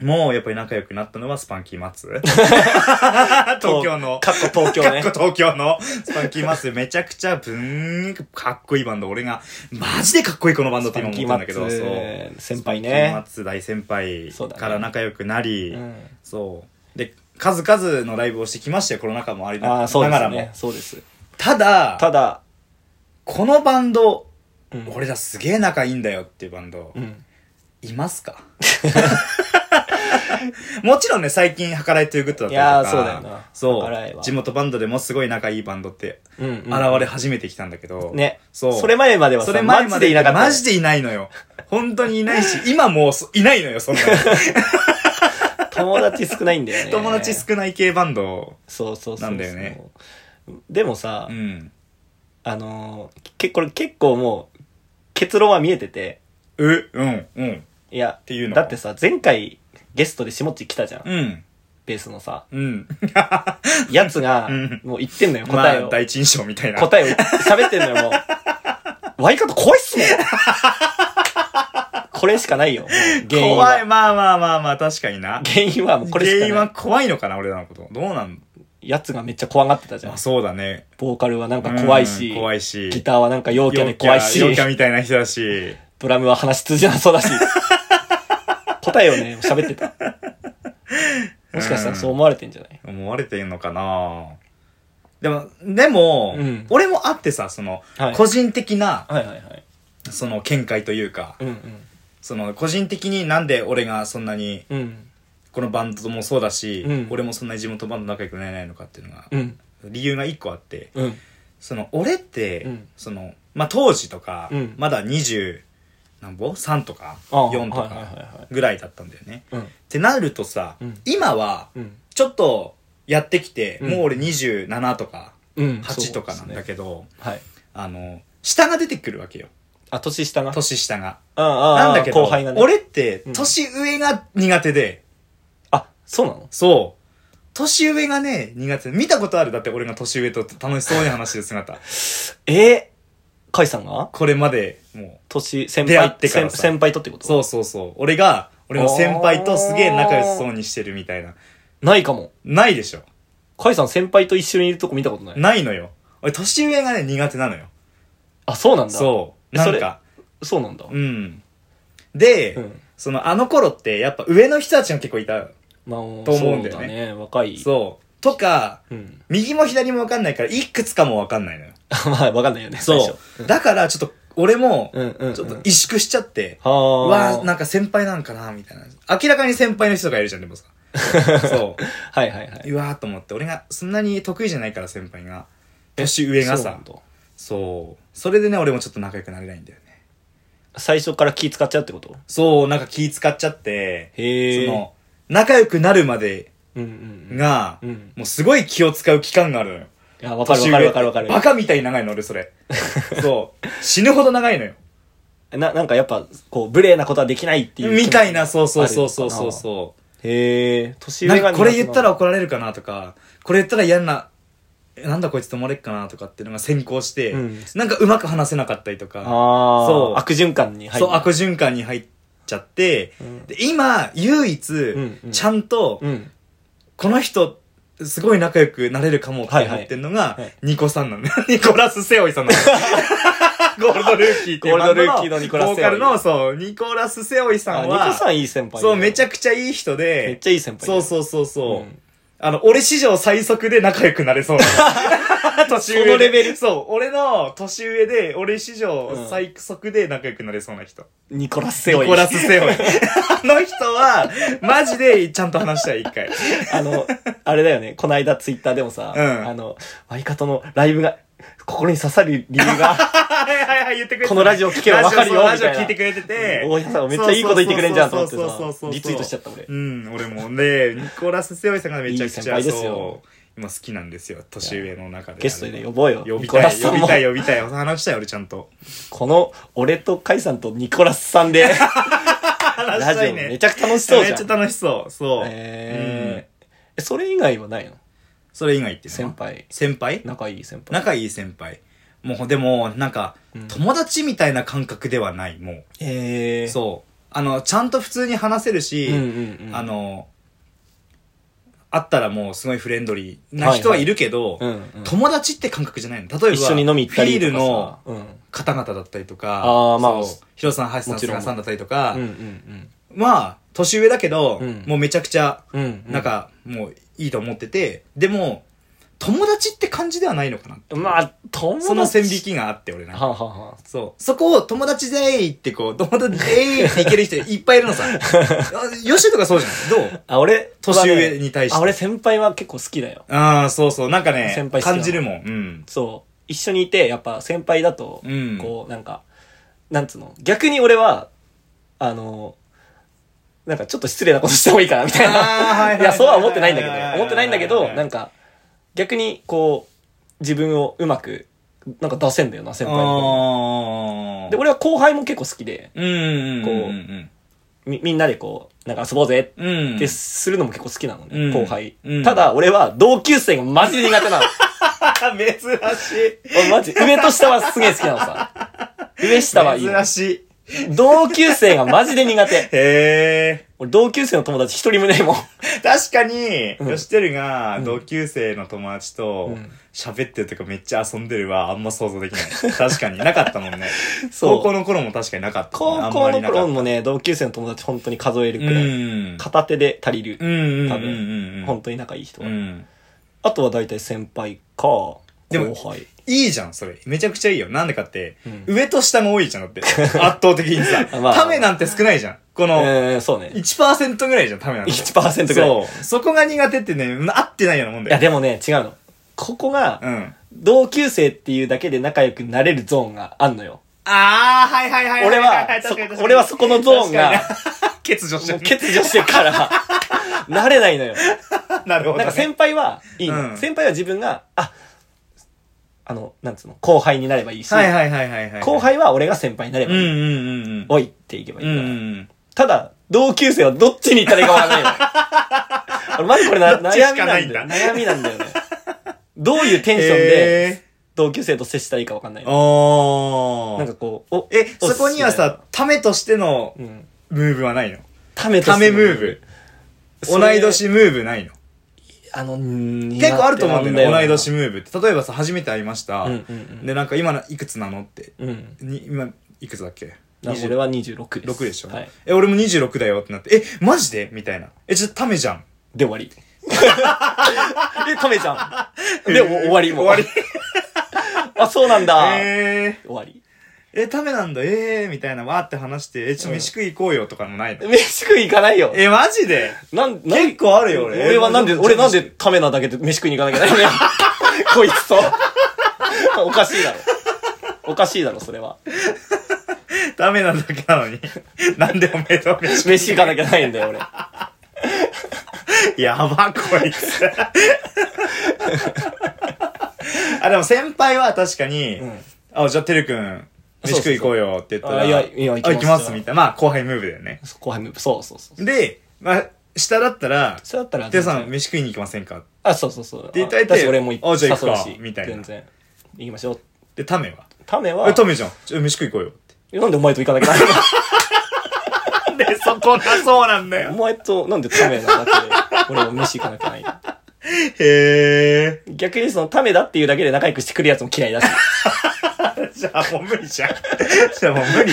S2: もう、やっぱり仲良くなったのはスパンキ ー松東京の。
S1: かっこ東京ね
S2: かっ。こ東京のスパンキー松めちゃくちゃぶーん、かっこいいバンド。俺が、マジでかっこいいこのバンドって今思ったんだけど、
S1: スパンキーマッツ先輩ね
S2: スパンキー松大先輩
S1: そうだね
S2: から仲良くなり、
S1: うん
S2: そう。で、数々のライブをしてきましたよ、コロナ禍もあり
S1: あ
S2: な
S1: あ、そう
S2: な
S1: で
S2: がら
S1: す
S2: も
S1: ね。。そうです。
S2: ただ、
S1: ただ、
S2: このバンド、
S1: うん
S2: 俺らすげえ仲いいんだよっていうバンド、
S1: うん。
S2: いますか もちろんね、最近、計らいというグッドだったりとか。
S1: いやーそうだよな
S2: そう
S1: 計らいは
S2: 地元バンドでもすごい仲いいバンドって、
S1: うん、うん。
S2: 現れ始めてきたんだけど。
S1: ね。
S2: そう。
S1: それ前までは
S2: そ
S1: さ、
S2: れ
S1: マ
S2: 前
S1: ジ
S2: ま
S1: で
S2: で
S1: いなかった。
S2: マジでいないのよ。本当にいないし、 今もうそいないのよ、そんなに。
S1: 友達少ないんだよね。
S2: 友達少ない系バンド。
S1: そうそうそうそう。
S2: なんだよね。
S1: でもさ、
S2: うん。
S1: あのー、け、これ結構もう、結論は見えてて、
S2: え、うん、うん。
S1: いや、
S2: ていうの
S1: だってさ、前回ゲストで下地来たじゃん。
S2: うん。
S1: ベースのさ、
S2: うん。
S1: やつが
S2: うん、
S1: もう言ってんのよ、
S2: ま
S1: 答え
S2: あ、
S1: を。
S2: 第一印象みたいな。
S1: 答えを喋ってんのよ、もう。ワイカット怖いっすもんこれしかないよ、もう原因
S2: 怖い。
S1: は。
S2: まあまあまあまあ、確かにな。
S1: 原因はもうこれし
S2: 原因
S1: かな。
S2: はい怖いのかな、俺らのこと。どうなん
S1: やつがめっちゃ怖がってたじゃん
S2: まあ、。そうだね。
S1: ボーカルはなんか怖い
S2: うん
S1: し、
S2: 怖いし。
S1: ギターはなんか陽キャで怖いし、
S2: 陽キャみたいな人だし。
S1: ドラムは話通じなそうだし。答えをね、喋って た。もしかしたらそう思われてんじゃない
S2: 思われてんのかなでも、でも、
S1: うん
S2: 俺もあってさ、その、
S1: はい
S2: 個人的な、
S1: はいはいはい。
S2: その、見解というか、
S1: うん
S2: その、個人的になんで俺がそんなに、
S1: うん。うん。
S2: このバンドもそうだし、
S1: うん
S2: 俺もそんなに地元バンド仲良くなれないのかっていうのが、
S1: うん。
S2: 理由が一個あって、
S1: うん。
S2: その、俺って、
S1: うん
S2: その、まあ、当時とか、
S1: うん
S2: まだ20、なんぼ ?3 とか、
S1: ああ
S2: 4と
S1: はいはいはいはい
S2: か、ぐらいだったんだよね。
S1: うん。
S2: ってなるとさ、
S1: うん
S2: 今は、
S1: うん。
S2: ちょっとやってきて、
S1: うん
S2: もう俺27とか、
S1: うん。
S2: 8とかなんだ
S1: ど。
S2: けど、
S1: はい。
S2: あの、下が出てくるわけよ。
S1: あ、年下が。
S2: 年下が。
S1: ああああ
S2: なんだけど、
S1: 後輩がね。
S2: 俺って
S1: うん
S2: 年上が苦手で、
S1: あ、そうなの
S2: そう。年上がね、苦手。見たことあるだって俺が年上と楽しそうに話してる姿。
S1: ええカイさんが
S2: これまで、も
S1: 年、先
S2: 出会っ
S1: 輩、
S2: てから
S1: 先
S2: さ
S1: 先輩とってこ
S2: う。
S1: と
S2: そうそうそう。俺が、俺の先輩とすげえ仲良しそうにしてるみたいな。
S1: ないかも。
S2: ないでしょ。
S1: カイさん先輩と一緒にいるとこ見たことない。
S2: ないのよ。俺年上がね、苦手なのよ。
S1: あ、そうなんだ。
S2: そう。
S1: えそ
S2: な
S1: れ
S2: んか、
S1: う。そうなんだ。
S2: うん。で、
S1: うん
S2: そのあの頃ってやっぱ上の人たちが結構いた。
S1: まあ、と
S2: と思うんだよね
S1: 若い。
S2: そう。とか、
S1: うん。
S2: 右も左も分かんないから、いくつかも分かんないのよ。
S1: まあ、わかんないよね。最初
S2: そう。だから、ちょっと、俺も、
S1: うんうんうん
S2: ちょっと萎縮しちゃって、
S1: はあ。
S2: わあなんか先輩なんかな、みたいな。明らかに先輩の人がいるじゃん、で もさ。そ
S1: はいはいは
S2: う。
S1: い。
S2: うわーと思って、俺がそんなに得意じゃないから、先輩が。年上が
S1: そうな
S2: さ
S1: ん。だ
S2: そう。それでね、俺もちょっと仲良くなれないんだよね。
S1: 最初から気使っちゃうってこと
S2: そう、なんか気使っちゃって、
S1: へえ。
S2: その、仲良くなるまで
S1: うんうん
S2: が、
S1: うん。うん。
S2: もうすごい気を使う期間があるのよ。
S1: いや、わかるわかるわかるわかる。
S2: バカみたいに長いの、俺、それ。そう。死ぬほど長いのよ。
S1: な、なんかやっぱ、こう、無礼なことはできないっていう気持ち。
S2: みたいな、そうそうそうそうそう
S1: う。
S2: そ
S1: へえ、年
S2: う。な
S1: 上
S2: ん
S1: が
S2: かこれ言ったら
S1: 苦
S2: 怒られるかなとか、これ言ったら嫌な、えなんだこいつと思われっかなとかっていうのが先行して、
S1: うん
S2: なんかうまく話せなかったりと
S1: 手
S2: か
S1: な、の。ああ。
S2: そう
S1: 悪循環に入る。
S2: そう、悪循環に入っちゃって、
S1: ん
S2: で今、唯一、
S1: んうん
S2: ちゃんと、
S1: うん。
S2: この人、すごい仲良くなれるかもって思ってんのが、
S1: いはいはい
S2: ニコさんなのね。 ニコラス・セオイさんなの。ゴールドルーキーっていう
S1: ゴ
S2: バ
S1: ールド
S2: ンド
S1: ル
S2: の
S1: ーキーのニコラスセオイ
S2: ボーカルの、そう、ニコラス・セオイさ
S1: あ、
S2: ん
S1: ニ
S2: は、
S1: コさんいい先輩
S2: そう、めち
S1: ゃ
S2: ゃくちゃいい人で、
S1: めっちゃいい先輩
S2: そうそうそうそう。
S1: うん
S2: あの、俺史上最速で仲良くなれそ うなの。年上で
S1: そのレベル
S2: そう、俺の年上で、俺史上最速で仲良くなれそうな人。
S1: う。ニコラスセオイ。
S2: ニコラス・セオイ。あの人は、マジでちゃんと話したい、一回。
S1: あの、あれだよね、この間ツイッターでもさ、
S2: うん
S1: あの、ワイカトのライブが、心に刺さる理由が、
S2: はいはいはい、言ってくれてた
S1: このラジオ聞けばわかるよ
S2: ラジオ
S1: みたいな
S2: ラジオ聞いてくれてて。
S1: 大家さんめっちゃいいこと言ってくれんじゃんと思って
S2: そうそうそうそ
S1: さ、
S2: う
S1: リツイートしちゃった俺
S2: う。ん、俺もね、ニコラス・セオイさんがめちゃくちゃ、
S1: いい先輩ですよ
S2: そう、今好きなんですよ、年上の中で。
S1: ゲストで呼ぼうよ。
S2: 呼び
S1: ニコ
S2: た
S1: ラ
S2: い、
S1: スさ
S2: 呼
S1: ん
S2: び
S1: も
S2: たい、呼びたい。話したい、俺ちゃんと。
S1: この、俺とカイさんとニコラスさん で、
S2: 話
S1: ラ
S2: し
S1: ジ
S2: た
S1: オ
S2: い
S1: め
S2: ね
S1: ち。ゃくちゃ楽しそうじ
S2: め
S1: ゃ
S2: っちゃ
S1: ん。
S2: 楽しそう。そう。うん
S1: えーえそれ以外はないの
S2: それ以外っていうのは
S1: 先。輩。
S2: 先輩
S1: 仲いい先輩。
S2: 仲いい先輩。もう、でも、なんか、友達みたいな感覚ではない、もう。
S1: ええー。
S2: そう。あの、ちゃんと普通に話せるし、
S1: うんうんうん
S2: あの、会ったらもうすごいフレンドリーな人はいるけど、
S1: はいはいうんうん
S2: 友達って感覚じゃないの。例えば、
S1: 一緒に飲み行ったり
S2: フィ
S1: と
S2: ールの
S1: かさ。うん。
S2: 方々だったりとか、
S1: あーまあ
S2: そうヒロさん、橋さ
S1: も
S2: ん、
S1: ちろん
S2: 菅さんだったりとか、
S1: うんうん
S2: まあ、年上だけど、
S1: うん
S2: もうめちゃくちゃ、
S1: うん。うん。
S2: なん、か、もういいと思ってて、でも、友達って感じではないのかな。
S1: まあ、友達。
S2: その線引きがあって、俺なんか
S1: はんはんはん。
S2: そう。そこを友達でーってこう、友達でーっていける人いっぱいいる のさ。あヨッシーとかそうじゃん。どう
S1: あ、俺はね、
S2: 年上に対して
S1: あ、俺先輩は結構好きだよ。
S2: ああ、そうそう。なんかね
S1: 先輩、好きなの
S2: 感じるもん。うん。
S1: そう。一緒にいて、やっぱ先輩だと、
S2: うん
S1: こう、なんか、なんつうの。逆に俺は、あの、なんかちょっと失礼なことしてもいいかな、みたい
S2: あーはいはいはい
S1: な。
S2: はい
S1: いや、そうは思ってないんだけどね
S2: はいはいはいは
S1: 思
S2: い
S1: ってないんだけど、なんか、逆に、こう、自分をうまく、なんか出せんだよな、先輩の方に。
S2: ああ。
S1: で、俺は後輩も結構好きで、
S2: うんうんうんうん。
S1: こうみみんなでこう、なんか遊ぼうぜっ
S2: うん。
S1: て。するのも結構好きなのね、
S2: うん
S1: 後輩、
S2: うん
S1: ただ、俺は同級生がマジで苦手 なの。
S2: 珍し
S1: 俺マジ、上と下はすげえ好きなのさ。上下はいい
S2: い。
S1: の。
S2: 珍しい。
S1: 同級生がマジで苦手。
S2: へ
S1: 俺同級生の友達一人もねえもん。
S2: ー。確かに、
S1: うん
S2: ヨシテルが
S1: ん
S2: 同級生の友達
S1: う
S2: と
S1: ん
S2: 喋ってるとかめっちゃ遊んでるはあんま想像できない。確かになかったもんね。
S1: そう
S2: 高校の頃も確かになかったね。
S1: 高校
S2: あんまり
S1: の
S2: なか
S1: 頃
S2: った
S1: もね、同級生の友達本当に数える
S2: う
S1: くらい。
S2: ん。
S1: 片手で足りる。
S2: うん。
S1: 多分
S2: 分
S1: 本当に仲いい人は。
S2: うん。
S1: あとは大体先輩か、後
S2: でも
S1: 輩。
S2: いいじゃん、それ。めちゃくちゃいいよ。なんでかって、
S1: うん
S2: 上と下が多いじゃん、だって。圧倒的にさ。
S1: まあ
S2: ためなんて少ないじゃん。こ
S1: う
S2: の、
S1: ーん、そうね。
S2: 1%ぐらいじゃん、ためなんて。
S1: 1%ぐらい。い
S2: そう。そこが苦手ってね、合ってないようなもんだ
S1: や、
S2: よ。
S1: でもね、違うの。ここ
S2: う
S1: が、
S2: ん。あ
S1: 同級生っていうだけで仲良くなれるゾーンがあんのよ。
S2: あー、はいはいはいいい。
S1: 俺は
S2: 確かに確か
S1: そ
S2: に
S1: 俺はそこのゾーンが
S2: 確かにな欠如し
S1: もう
S2: てる。
S1: 欠如してる から、なれないのよ。
S2: なるほど、
S1: な
S2: ね。
S1: んか先輩はいいの、
S2: うん
S1: 先輩は自分が、あ、あの、なんつうの、後輩になればいいし、
S2: はいはいはいはいはい。
S1: 後輩は俺が先輩になれ
S2: うん
S1: ばいい。
S2: うんうんうん。
S1: おいっていけばいい
S2: うん
S1: か
S2: う
S1: ら。
S2: ん。
S1: ただ、同級生はどっちに行ったらいいかわからないよ。 俺マジこれな
S2: どっちし
S1: 悩み
S2: か
S1: な
S2: ない
S1: ん
S2: ん
S1: だ
S2: だ
S1: よ。悩みなんだよね。どういうテンションで
S2: え
S1: 同級生と接したらいいかわかんない
S2: ー。
S1: の。
S2: おー。
S1: なんかこう、お
S2: え、そこには、さ、ためとしての
S1: おすすめうん。
S2: ムーブはないの
S1: ためと
S2: た
S1: す
S2: め
S1: る
S2: ムーブ。
S1: そ
S2: 同
S1: れ
S2: い年ムーブないの
S1: あの、結
S2: 結構あると思うんだよね、同い年
S1: ム
S2: ムーブって。例えばさ、初めて会いました。
S1: うんうん
S2: で、なんか今のいくつなのって。
S1: うん。うん。
S2: に今、いくつだっけ
S1: な俺は26です。
S2: 26でしょ、
S1: はい。
S2: え、俺も26だよってなって、え、マジでみたいな。え、ちょっとためじゃん。
S1: で終 わり。で、ためじゃん。で、お終わりもう。
S2: 終わ
S1: あ、そうなんだ。
S2: え
S1: 終わり。
S2: ー、え、ためなんだ、えー、みたいな、わーって話して、え、ちょっと飯食い行こうよとかもないの。
S1: 飯食い行かないよ。
S2: え、マジで
S1: なん、なん
S2: 結構あるよ、俺。
S1: 俺はなんで、
S2: ちょ
S1: 俺なんでためなだけで飯食いに行かなきゃい けないのよこいつと。おかしいだろ。おかしいだろ、それは。
S2: ダメなんだけな のに。なんでおめえと飯
S1: 飯行かなきゃないんだよ、俺。
S2: やば、こい つ。あ、でも先輩は確かに、
S1: ん
S2: あ、じゃあ、てるくん、飯食い行こうよって言ったら、
S1: そうそうそうあいやいや行きます
S2: あ行きます、みたいな。まあ、後輩ムーブだよね。
S1: そこは、そうそうそう。
S2: で、まあ、下だったら、
S1: それだったら、
S2: てるさん、飯食いに行きませんか
S1: あ、そうそうそう。
S2: て言って
S1: あだし俺も
S2: あじゃあ行くか
S1: 誘うし
S2: みたいな
S1: 全然。行きましょう。
S2: で、タメは
S1: ためは
S2: え、、タメじゃん。ちょ飯食い行こうよって。
S1: なんでお前と行かなきゃない
S2: で、そこな、そうなんだ
S1: のお。前と、なんでためなだけで、俺も飯行かなきゃないの
S2: へえ。
S1: 逆にその、ためだっていうだけで仲良くしてくるやつも嫌いだ し。
S2: じゃあ、もう無理じゃん。 じゃあ、もう無理。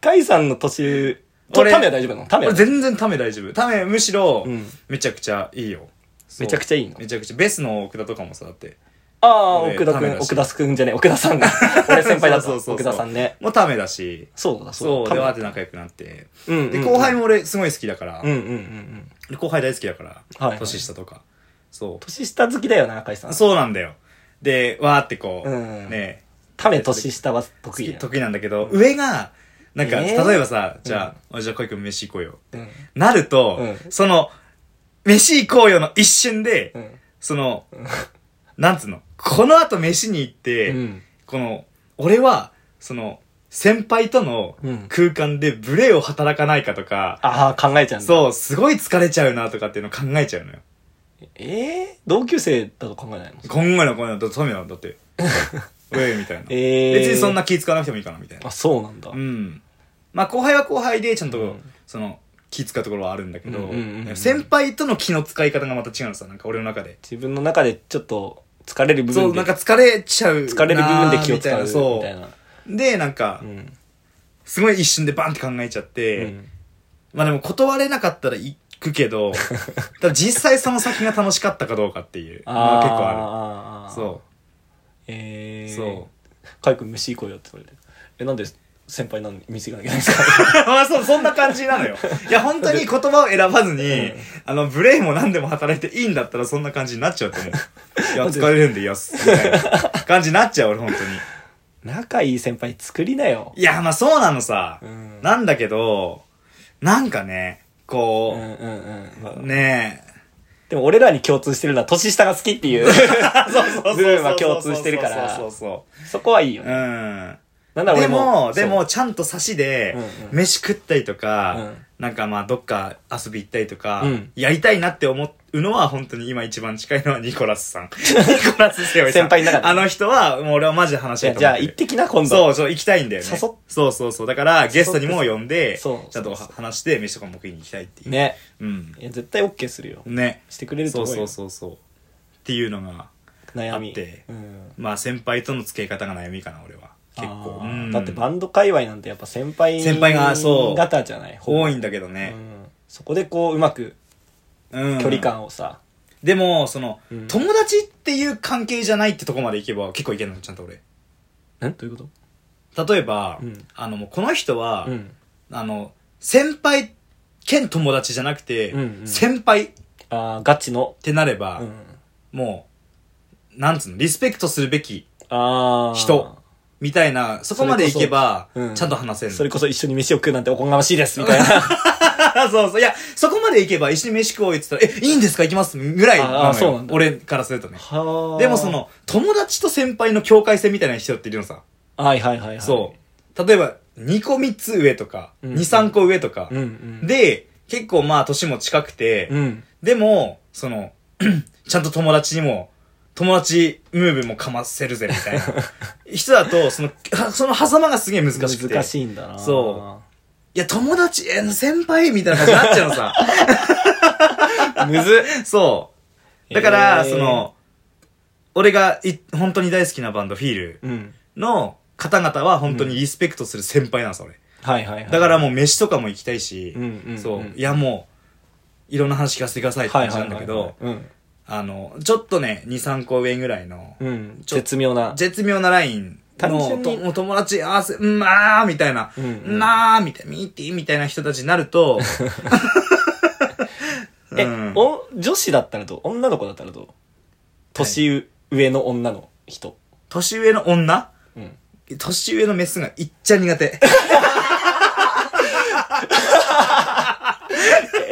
S1: カイさんの年、と
S2: 俺
S1: ためは大丈夫なのため
S2: 俺
S1: は。
S2: 全然タメ大丈夫。タメ、むしろ、
S1: うん
S2: めちゃくちゃいいよ。そ
S1: め
S2: う
S1: ちゃくちゃいいの
S2: めちゃくちゃ。ベスの奥田とかもさ、だって。
S1: ああ、
S2: 俺
S1: 奥田
S2: た
S1: く
S2: め
S1: ん、
S2: だし
S1: 奥田くんじゃねえ、奥田さん が。俺先輩だった。
S2: そうそうそうそう
S1: 奥田さんね。
S2: もうタメだし。
S1: そうだ、
S2: そ
S1: そう
S2: う、
S1: だ。
S2: で、わー
S1: カメ
S2: って仲良くなって。
S1: うんうん
S2: で、後輩も俺すごい好きだから
S1: う。んうんうんうん。
S2: で後輩大好きだから。
S1: はいはい
S2: 年下とか。そ
S1: 年下好きだよな、赤井さ
S2: う。
S1: ん。
S2: そうなんだよ。で、わーってこう、
S1: うん
S2: ね、
S1: ため年下は
S2: 好
S1: 得意
S2: き
S1: だよ。
S2: 得意なんだけど、上が、なんか、
S1: えー
S2: 例えばさ、じゃあ、おいじゃあ、こいくん飯行こうよ。
S1: うん。
S2: なると、
S1: うん
S2: その、飯行こうよの一瞬で、
S1: うん。
S2: その、なんつうの、この後飯に行って、
S1: うん
S2: この、俺は、その、先輩との
S1: うん
S2: 空間でブレを働かないかとか、
S1: ああ、考えちゃうんだ。う。
S2: そう、すごい疲れちゃうなとかっていうの考えちゃうのよ。
S1: ええ同級生だと考えないの
S2: 今後のこういうのだと、そういうのだって、 ウェイみたいな。
S1: ええ
S2: 別にそんな気使わなくてもいいかな、みたいな
S1: あ、。そうなんだ
S2: う。ん。まあ後輩は後輩でちゃんと、
S1: うん
S2: その、気使うところはあるんだけど、
S1: うんうんうんうん
S2: 先輩との気の使い方がまた違うのさ、なんか俺の中で。
S1: 自分の中でちょっと疲れる部
S2: そ
S1: 分
S2: う、
S1: で、
S2: なんか
S1: 疲
S2: 疲れちゃうなー。
S1: れる部分で気を使う
S2: みたいな
S1: み
S2: そ
S1: たいな。
S2: う。で、なんか
S1: う、ん。
S2: すごい一瞬でバンって考えちゃって、まあでも断れなかったら行くけ ど、ただ実際その先が楽しかったかどうかっていうの
S1: あ
S2: は
S1: あ、
S2: 結構ある。
S1: ある
S2: そ
S1: え
S2: う。
S1: え
S2: そう。
S1: カイ君飯行こうよって言われて。え、なんで先輩なのに店行かなきゃいけないんです か
S2: まあそう、そんな感じなの よ。いや、本当に言葉を選ばずに、あの、ブレイも何でも働いていいんだったら そんな感じになっちゃうと思う。いや、疲れるんで、いや、すみたいな感じになっちゃう、俺、本当に。
S1: 仲いい先輩作りなよ。
S2: いや、まあそうなのさ。
S1: ん
S2: なんだけど、なんかね、
S1: うん
S2: こ
S1: うんうん。まあ
S2: う、ねえ。
S1: でも俺らに共通してるのは年下が好きっ ていう、
S2: そうそうそうそうそう
S1: ズームは共通してるから
S2: そうそうそう
S1: そこはいいよ
S2: そう。う
S1: ね。
S2: ん。
S1: なんだろう
S2: で
S1: 俺
S2: も、で
S1: そう
S2: も、ちゃんと差しで
S1: うんうん、
S2: 飯食ったりとか、
S1: うん
S2: なんかまあ、どっか遊び行ったりとか、
S1: うん
S2: やりたいなって思うのは、本当に今一番近いのはニコラスさん。 ニコラスセオイさん。
S1: 先輩の中で
S2: あの人は、もう俺はマジで話し
S1: い
S2: たい
S1: や
S2: と
S1: じゃ
S2: 思っ
S1: あ
S2: て
S1: 行っ
S2: る。
S1: てきな、今度。
S2: そう、そう、行きたいんだよね。
S1: 誘っ
S2: そうそうそう。だから、ゲストにも呼んで、ち
S1: そう
S2: ょっと話して、飯とかも食いに行きたいっていう。。
S1: ね。
S2: うん。
S1: いや、絶対 OK するよ。
S2: ね。
S1: してくれると
S2: そう
S1: 思う
S2: そ
S1: よ
S2: う。そうそう。っていうのが、
S1: 悩み。
S2: あって
S1: うん
S2: まあ、先輩との付き合い方が悩みかな、俺は。結構。
S1: あ
S2: う
S1: ー
S2: ん
S1: だってバンド界隈なんてやっぱ先輩
S2: 先輩がそう
S1: 方じゃないほぼ
S2: 多いんだけどね
S1: う。んそこでこううまく
S2: うん
S1: 距離感をさ、
S2: でもその、
S1: うん
S2: 友達っていう関係じゃないってとこまでいけば結構いけるのちゃんと俺
S1: うん、どういうこ
S2: 例えば、
S1: うん
S2: あのもうこの人は、
S1: とうん
S2: あの先輩兼友達じゃなくて、
S1: うんうん
S2: 先輩っ
S1: あーガチの、
S2: てなれ
S1: う
S2: ば、
S1: ん、
S2: もうなんつうのリスペクトするべき
S1: あー
S2: 人みたいなそこまでいけば、
S1: それこそうん
S2: ちゃんと話せるの
S1: それこそ一緒に飯を食うなんておこがましいですみ たいな
S2: そうそういやそこまでいけば一緒に飯食おう言ってたら「えいいんですか行きます」ぐらいなの
S1: あーそうな
S2: よ
S1: んだ
S2: 俺からするとね
S1: はー
S2: でもその友達と先輩の境界線みたいな人っているのさ
S1: はいはいはいはい
S2: そう。例えば、2個3つ上とか、
S1: うん
S2: 2、3個上とか
S1: う、んうん
S2: で、結構まあ、年も近くて、
S1: うん
S2: でも、その、 ちゃんと友達にも、友達ムーブもかませるぜ、みた いな。人だと、その、はその狭間がすげえ難しくて。
S1: 難しいんだな
S2: そいや、友達、え、先輩みたいな感じになっちゃうのさ。 むずそう。だから、
S1: えー
S2: その、俺がい本当に大好きなバンド、フィール
S1: ううん
S2: の方々は本当にリスペクトする先輩なんです、俺。
S1: はいはいはい
S2: だからもう飯とかも行きたいし、
S1: うんうんうん
S2: そう、いやもう、いろんな話聞かせてくださいって
S1: はい
S2: 感
S1: は
S2: じ
S1: い
S2: な
S1: はい
S2: んだけど、
S1: うん
S2: あの、ちょっとね、2、3個上ぐらいの、
S1: うん
S2: ちょ
S1: 絶妙な
S2: 絶妙なライン
S1: 単
S2: の
S1: 純、に
S2: ともう友達、あーせ、うん、まあ、みたいな、
S1: うんうん
S2: まあ、みたいな、ミーティーみたいな人たちになると、
S1: え、
S2: うん
S1: お女子だったらどう女の子だったらどう年上上の女の人、
S2: 年上の女
S1: うん
S2: 年上のメスがいっちゃ 苦手。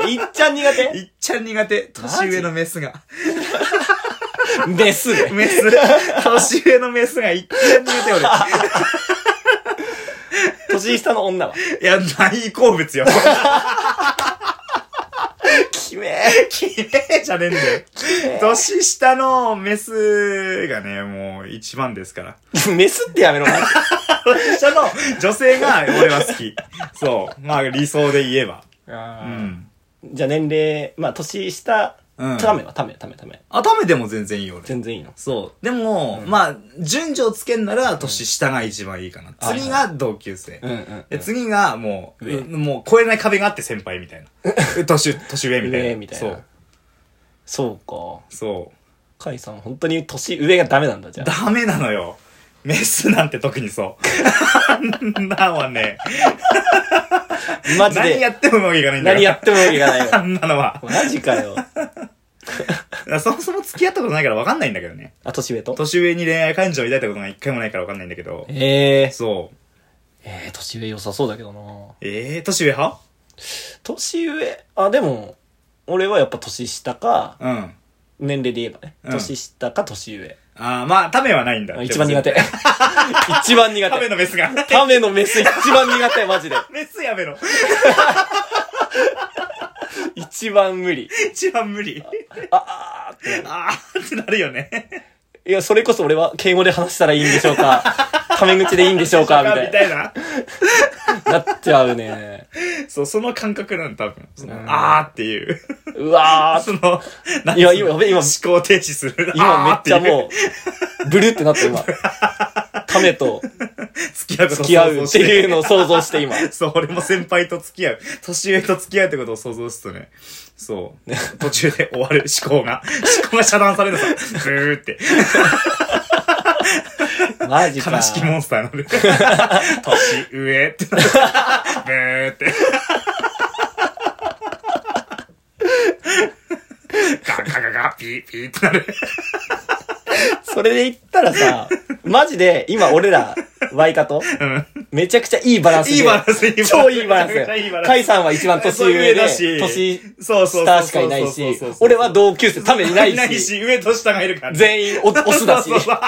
S1: え いっちゃん苦手
S2: いっちゃ苦手。年上のメスが。
S1: メスね
S2: メス、年上のメスがいっちゃ苦手、俺。
S1: 年下の女はい
S2: や、大好物よ。
S1: きめ
S2: きれ いじゃねえんだよ。年下のメスがね、もう一番ですから。
S1: えメスってやめろ
S2: 年下の女性が俺は好 き。そう。まあ理想で言えば。う
S1: な、
S2: ん。
S1: じゃあ年齢まあ年下
S2: うん
S1: ためはためためため
S2: あ、ためても全然いいよ俺。
S1: 全然いいの
S2: そう。でも、まあ、順序をつけんなら年下が一番いいかな。
S1: はいはい
S2: 次が同級生。
S1: うんうん
S2: で次がもう、
S1: 上
S2: うもう超えない壁があって先輩みたい な。年、年上みたいな。
S1: 上みたいな
S2: そう。
S1: そうか
S2: そう。
S1: 甲斐さん本当に年上がダメなんだじゃあ
S2: ダメなのよ。メスなんて特にそう。あ んなはね、
S1: マジ
S2: 何や
S1: で
S2: ってもうまくいかないんだよ。
S1: 何やってもいいかないよ
S2: あんなのは。
S1: マジかよ
S2: そもそも付き合ったことないから分かんないんだけどね。
S1: あ年上と
S2: 年上に恋愛感情を抱いたことが一回もないから分かんないんだけど。
S1: えー、
S2: そう。
S1: えー、年上良さそうだけどな
S2: えー、年上派
S1: 年上あでも俺はやっぱ年下か
S2: うん。あ
S1: 年齢で言えばね、
S2: うん
S1: 年下か年上
S2: ー、まあ、ためはないんだ。
S1: 一番苦
S2: で
S1: 手一番苦
S2: も。ため
S1: 手
S2: のメスが。
S1: タメのメス一番苦手マジで
S2: メスやめろ。
S1: 一番無理
S2: 一番 無理。
S1: ああーって
S2: あーってなるよね。
S1: いやそれこそ俺は敬語で話したらいいんでしょうか タメ口でいいんでしょうかみたい
S2: たいな。
S1: ななっちゃうね
S2: そう、その感覚なんだ、多分。その
S1: うん
S2: あーっていう。
S1: うわー
S2: その、なん
S1: いや今やべ今
S2: 思考停止する。
S1: 今め
S2: あー
S1: っちゃ
S2: ていう
S1: もうブルってなって今タメと
S2: 付き合うこと
S1: 付
S2: を
S1: き合う
S2: 想像
S1: っ
S2: してて
S1: いうのを想像して今
S2: そう、俺も先輩と付き合う。 年上と付き合うってことを想像するとね。 そう。途中で終わる思考が。思考が遮断されるのさ。ブーって。
S1: マジか
S2: 悲しきモンスターにな る。年上ってなる。ブーって。ガガガガピーピーってなる。
S1: それで言ったらさ、マジで今俺ら、ワイカと、
S2: うん。
S1: めちゃくちゃいいバランスで。
S2: いいバランス、いいバランス。
S1: 超いいバラン
S2: めちゃくちゃいいバラン
S1: ス。
S2: ス
S1: カイさんは一番年上で、年
S2: そうそうそう
S1: 下しかいないし、俺は同級生、ためいない
S2: ない
S1: し、
S2: し、上と下がいるから。
S1: 全員おオスだし
S2: そう、そうそう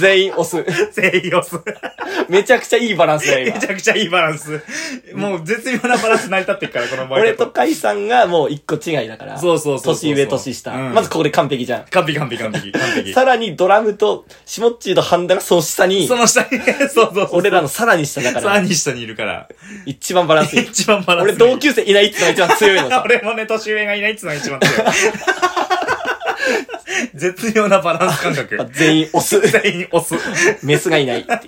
S1: 全員オス。
S2: 全員オス。
S1: めちゃくちゃいいバランスだよ、
S2: め
S1: 今
S2: ち。ゃくちゃいいバランス。もう絶妙なバランス成り立ってるから、この場 合。
S1: 俺と甲斐さんがもう一個違いだから。
S2: そうそうそうそうそう
S1: 年上、年下。
S2: うん
S1: まずここで完璧じゃん。
S2: 完璧完璧完璧完璧。
S1: さらにドラムと、しもっちーとハンダがその下に
S2: そ、の下に、そうそうそう。
S1: 俺らのさらに下だか
S2: さら
S1: ら、
S2: に下にいるから。
S1: 一番バランスいい。
S2: 一番バラン
S1: 俺
S2: スいい。
S1: 同級生いないってのが一番強いのさ。
S2: 俺もね、年上がいないっつうのが一番強い。絶妙なバランス感 覚。
S1: 全員オ ス。
S2: 全員押す。
S1: メスがいないっていう。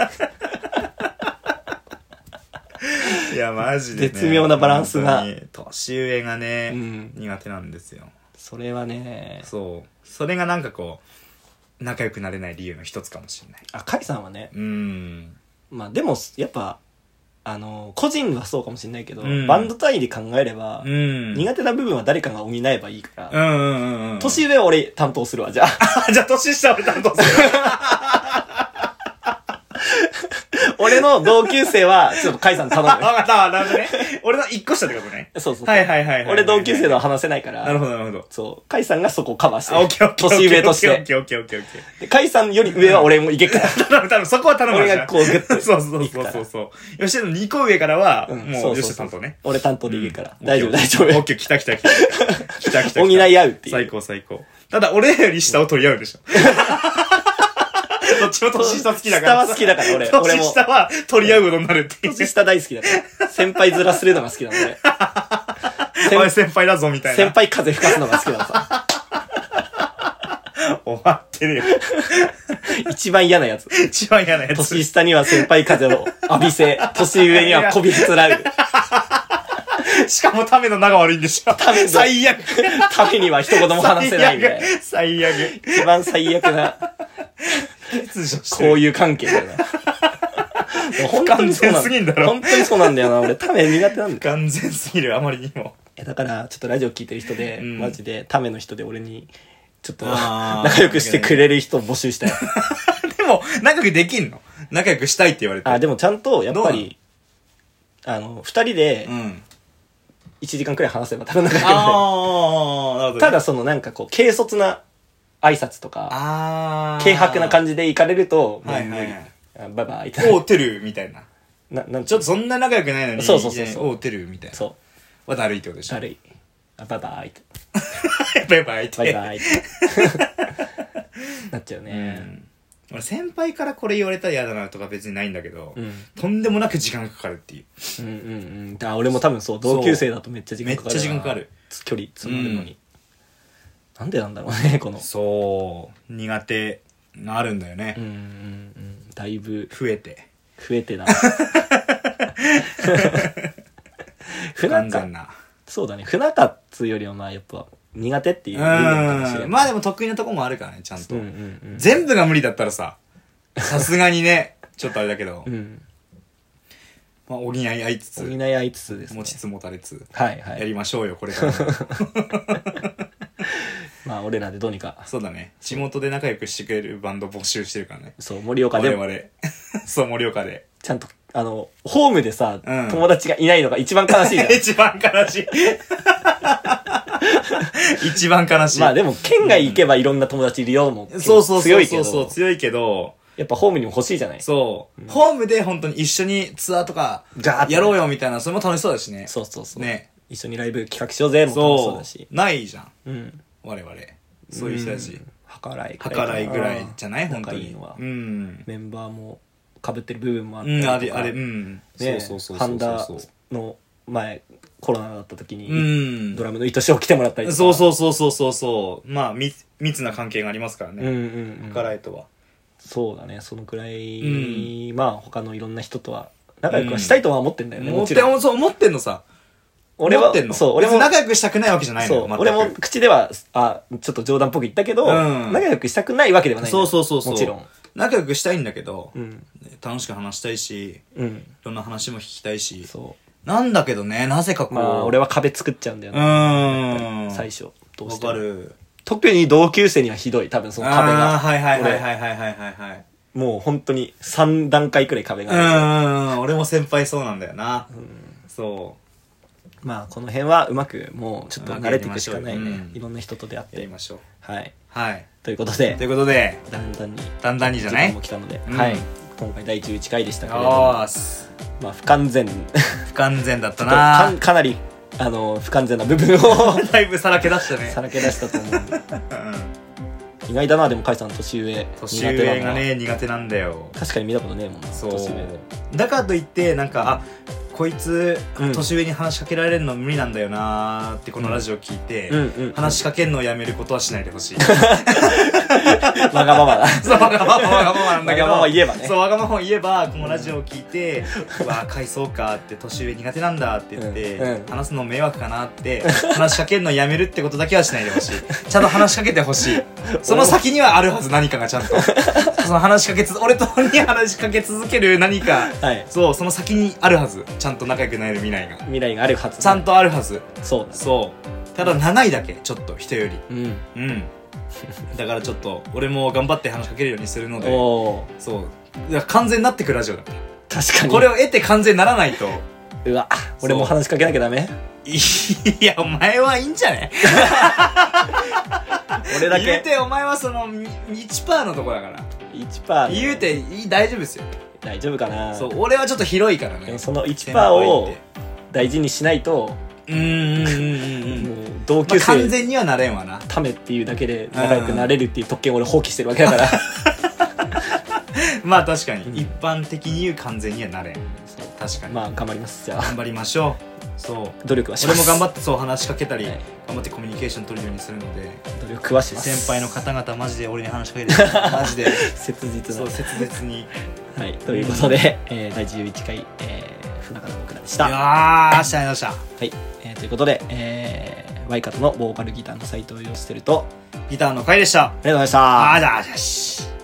S2: いや、マジで、ね。
S1: 絶妙なバランスが
S2: 本当に。年上がね、
S1: うん
S2: 苦手なんですよ。
S1: それはね、
S2: そう。それがなんかこう、仲良くなれない理由の一つかもしれない。
S1: あ、甲斐さんはね、
S2: うん。
S1: まあでも、やっぱ、あの、個人はそうかもしれないけど、
S2: うん
S1: バンド単位で考えれば、
S2: うん。
S1: 苦手な部分は誰かが補えばいいから、
S2: うんうんうんうん。
S1: 年上は俺担当するわ、じゃあ。
S2: あ、じゃあ年下俺担当す る。
S1: 俺の同級生は、ちょっと甲斐さん頼
S2: あ、
S1: むよ。
S2: わかった、なるほどね。 俺の一個下ってことね。
S1: そうそうそう。
S2: はいはいはいはい。
S1: 俺同級生
S2: だ。
S1: のは話せないか
S2: なる
S1: ら、
S2: ほどなるほど。
S1: そう、甲斐さんがそこをカバーして
S2: あ、オッケーオッケー。
S1: 年上とし
S2: オッ
S1: て。
S2: ケーオッケーオッケーオッケー。
S1: で甲斐さんより上は俺もいけっ から。
S2: 頼む、頼む、そこは頼む。
S1: 俺がこうグッと
S2: そうそうそうそうそう。吉田の2個上からは、
S1: ん
S2: もう吉田担当ね。
S1: 俺担当でいいから。
S2: うん
S1: 大丈夫、
S2: オッケ
S1: 大
S2: ー
S1: 丈
S2: オッ
S1: 夫。
S2: ケー、来た来た来た。来た来た。
S1: 補い合うっていう
S2: 最高最高。ただ、俺らより下を取り合 うでしょ。どっちも年下好きだから。
S1: 下は好きだから俺俺
S2: 年
S1: も
S2: 下は取り合うことになるっていう。
S1: 年下大好きだから。先輩ずらするのが好きなので。
S2: お前先輩だぞみたいな。
S1: 先輩風吹かすのが好きなのさ。
S2: 終わってるよ。
S1: 一番嫌なやつ。
S2: 一番嫌なやつ。
S1: 年下には先輩風を浴び せ、年上にはこびりつらう。
S2: しかもための長悪いんでしょ。
S1: めの
S2: 最悪。
S1: ためには一言も話せないみたいな。
S2: 最悪。最悪。
S1: 一番最悪な、
S2: 欠如してる
S1: こういう関係だよな。で も本当にそうな
S2: 不完全すぎんだろ
S1: 本当にそうなんだよな。俺、ため苦手なんだよ。
S2: 完全すぎる、あまりにも。
S1: いやだから、ちょっとラジオ聞いてる人で、
S2: うん
S1: マジで、ための人で俺に、ちょっと、
S2: あ ー
S1: 仲良くしてくれる人を募集 したい。
S2: でも、仲良くできんの仲良くしたいって言われて。
S1: あ、でもちゃんと、やっぱ
S2: どうなの
S1: り、あの、二人で
S2: うん。
S1: 1時間くらい話せば多分仲良くな
S2: ああ、なるほどね
S1: る。た、だそのなんかこう、軽率な挨拶とか、
S2: ああ。
S1: 軽薄な感じで行かれると、
S2: はいはい
S1: もう
S2: はい
S1: 無理あバイバイって
S2: じ。おう、てる、みたいな。
S1: な、なん
S2: ちょっとそんな仲良くないのに。
S1: そうそうそうそう
S2: おう、てる、みたいな。
S1: そう。
S2: はだるいってことでしょ。
S1: 悪い。あバイバイって。
S2: い。バイバイって。
S1: バイバイって。 なっちゃう
S2: う
S1: ね。
S2: ん俺先輩からこれ言われたら嫌だなとか別にないんだけど、
S1: うん
S2: とんでもなく時間がかかるってい
S1: う
S2: う。
S1: んうんうん。だ俺も多分そう、同級生だとめっちゃ時間かかるな。
S2: めっちゃ時間かかる
S1: つ。距離詰まるのに。なんでなんだろうね、この。
S2: そう苦手があるんだよね、
S1: うんうんうん。だいぶ
S2: 増えて
S1: 増え てな。
S2: 不
S1: ふな
S2: 完
S1: か
S2: 全、な
S1: そうだね。ふなかっつうよりはまあやっぱ苦手っていうう部分かもしれない。
S2: んまあでも得意なとこもあるからねちゃんと、
S1: うんうんうん。
S2: 全部が無理だったらささすが にねちょっとあれだけど、
S1: うん。
S2: まあ、補い合いつつ、
S1: 補い合いつつですね
S2: 持。ちつ持たれつ
S1: はいは
S2: や
S1: い。
S2: りましょうよこ れからも
S1: まあ俺らでどうにか。
S2: そうだね地元で仲良くしてくれるバンド募集してるからね
S1: そう、盛岡
S2: 我
S1: でも
S2: 々 そう盛岡で
S1: ちゃんと、あの、ホームでさ、
S2: うん
S1: 友達がいないのが一番悲しいじゃん。
S2: 一番 悲しい一番悲しい
S1: まあでも、県外行けばいろんな友達いるよ、もう。
S2: そうそうそうそう
S1: 強いけ
S2: そう
S1: ど、
S2: 強いけど
S1: やっぱホームにも欲しいじゃない
S2: そう、ホームで本当に一緒にツアーとか
S1: ガーッとね
S2: やろうよみたいなそれも楽しそうだしね
S1: そうそうそう。
S2: ね
S1: 一緒にライブ企画しようぜ、もう楽しそうだし。
S2: ないじゃん
S1: うん。
S2: 我々そういう人たち
S1: 計らい
S2: 計らいぐらいじゃない
S1: うん
S2: 本当
S1: 仲いい
S2: に
S1: のは
S2: うん、
S1: メンバーも被ってる部分もあっ
S2: う
S1: たり
S2: ん、
S1: とか
S2: あれあれうん、
S1: ね
S2: そうそうそう
S1: ハ
S2: そう
S1: ン
S2: そう
S1: ダの前、コロナだった時
S2: う
S1: に、
S2: ん
S1: ドラムの糸師を来てもらったりとか。
S2: そうそうそうそうそうそうまあ密密な関係がありますから
S1: うんう
S2: ね、
S1: んうん。
S2: 計らいとは
S1: そうだね、そのくらい、まあ他のいろんな人とは仲良くはしたいとは思ってんだよね、
S2: 思
S1: も
S2: っ
S1: ち
S2: て
S1: ろん。
S2: そう思ってんのさ
S1: 俺は
S2: 思ってんの
S1: そう、俺も
S2: 別に、仲良くしたくないわけじゃないの
S1: そ
S2: よ
S1: う
S2: 全、く
S1: 俺も口では、あ、ちょっと冗談っぽく言ったけど、
S2: うん
S1: 仲良くしたくないわけではないんだ
S2: そ
S1: よ
S2: うそうそうそう
S1: もちろん。
S2: 仲良くしたいんだけど、
S1: うん。
S2: 楽しく話したいし
S1: うん。
S2: いろんな話も聞きたいし
S1: そ
S2: なんだけどねなぜか
S1: う。
S2: こう、
S1: まあ、俺は壁作っちゃうんだよ
S2: う
S1: ね、
S2: ーん
S1: 最初。どう
S2: わ
S1: して
S2: か
S1: も。
S2: る
S1: 特に同級生にはひどい、多分その壁
S2: ああ
S1: が。
S2: はいはいはい
S1: い。
S2: はいはいはいはいはい
S1: もう本当に3段階くらい壁
S2: う
S1: がある。
S2: ーん俺も先輩そうなんだよな、そ
S1: まあ、この辺はうまく、もうちょっと慣れていくしかないね。
S2: うまくやりましょううん
S1: いろんな人と出会っ
S2: うやり
S1: て。
S2: ましょう
S1: はい。
S2: はい
S1: ということで
S2: とい、うことで
S1: だんだんに。
S2: だんだんにじゃない
S1: 時間も来たので、
S2: うん
S1: はい今回第11回でしたけれども、
S2: あーす
S1: まあ、不完全
S2: 不完全だった
S1: か
S2: なん
S1: かなりあの不完全な部分を
S2: だいぶさらけ出したね
S1: さらけ出したと思うんで
S2: うん
S1: 意外だなでも甲斐さん年上
S2: 年
S1: 苦手な
S2: 上
S1: の
S2: が
S1: は
S2: ね苦手なんだよ
S1: 確かに見たことねえもんな
S2: そう
S1: 年上で
S2: だからといってなんかあこいつ
S1: うん
S2: 年上に話しかけられるの無理なんだよなーってこのラジオ聞いて、
S1: うんうん
S2: 話しかけるのをやめることはしないでほ しい
S1: わがままだ
S2: そうわがままわがままなんだけど
S1: わがまま言えばね
S2: そうわがまま言えばこのラジオを聞いて「うわー返そうか」って年上苦手なんだって言って、
S1: うんうん
S2: 話すの迷惑かなって話しかけるのやめるってことだけはしないでほしいちゃんと話しかけてほしいその先にはあるはず何かがちゃんと その話しかけつ俺とに話しかけ続ける何か
S1: はい
S2: そうその先にあるはずちゃんと仲良くなれる未来が
S1: 未来があるはず
S2: ちゃんとあるはず
S1: そうだ
S2: そうただ長いだけちょっと人より
S1: うん
S2: うんだからちょっと俺も頑張って話しかけるようにするの
S1: お
S2: で
S1: お
S2: そうだから完全になってくラジオだか
S1: 確からに
S2: これを得て完全にならないと
S1: うわ俺も話しかけなきゃダメ
S2: いやお前はいいんじゃね
S1: 俺だ
S2: 言う
S1: け
S2: てお前はそのみ1%のとこだから
S1: 1%
S2: 言うていい大丈夫ですよ
S1: 大丈夫かな
S2: そう俺はちょっと広いから
S1: で
S2: ね
S1: もその
S2: 狭
S1: 1%
S2: い
S1: を
S2: って
S1: 大事にしないと
S2: うんうんうんうんうん
S1: もう同
S2: まあ
S1: 級
S2: 完
S1: 生
S2: 全にはなれんわな
S1: ためっていうだけで仲良くなれるっていう特権を俺放棄してるわけだから
S2: まあ確かに、
S1: うん
S2: 一般的に言う完全にはなれん
S1: そう
S2: 確か に、
S1: まあ頑張りますじゃあ
S2: 頑張りましょうそう
S1: 努力はしま
S2: 俺
S1: す
S2: も頑張
S1: っ
S2: ってそう話しかけたり、
S1: はい
S2: 頑張ってコミュニケーション取るようにするので
S1: て努力はします
S2: 先輩の方々マジで俺に話しか けてくださいマジで
S1: 切実
S2: そ
S1: な
S2: う切実にい
S1: はいということで、えー第11回、えー、船方僕らでした
S2: やーしたいました
S1: はい、えーということで、えー、ワイカトのボーカルギターの斉藤洋してるとあり
S2: ギターの回でした
S1: がとうございました
S2: あーじゃあよし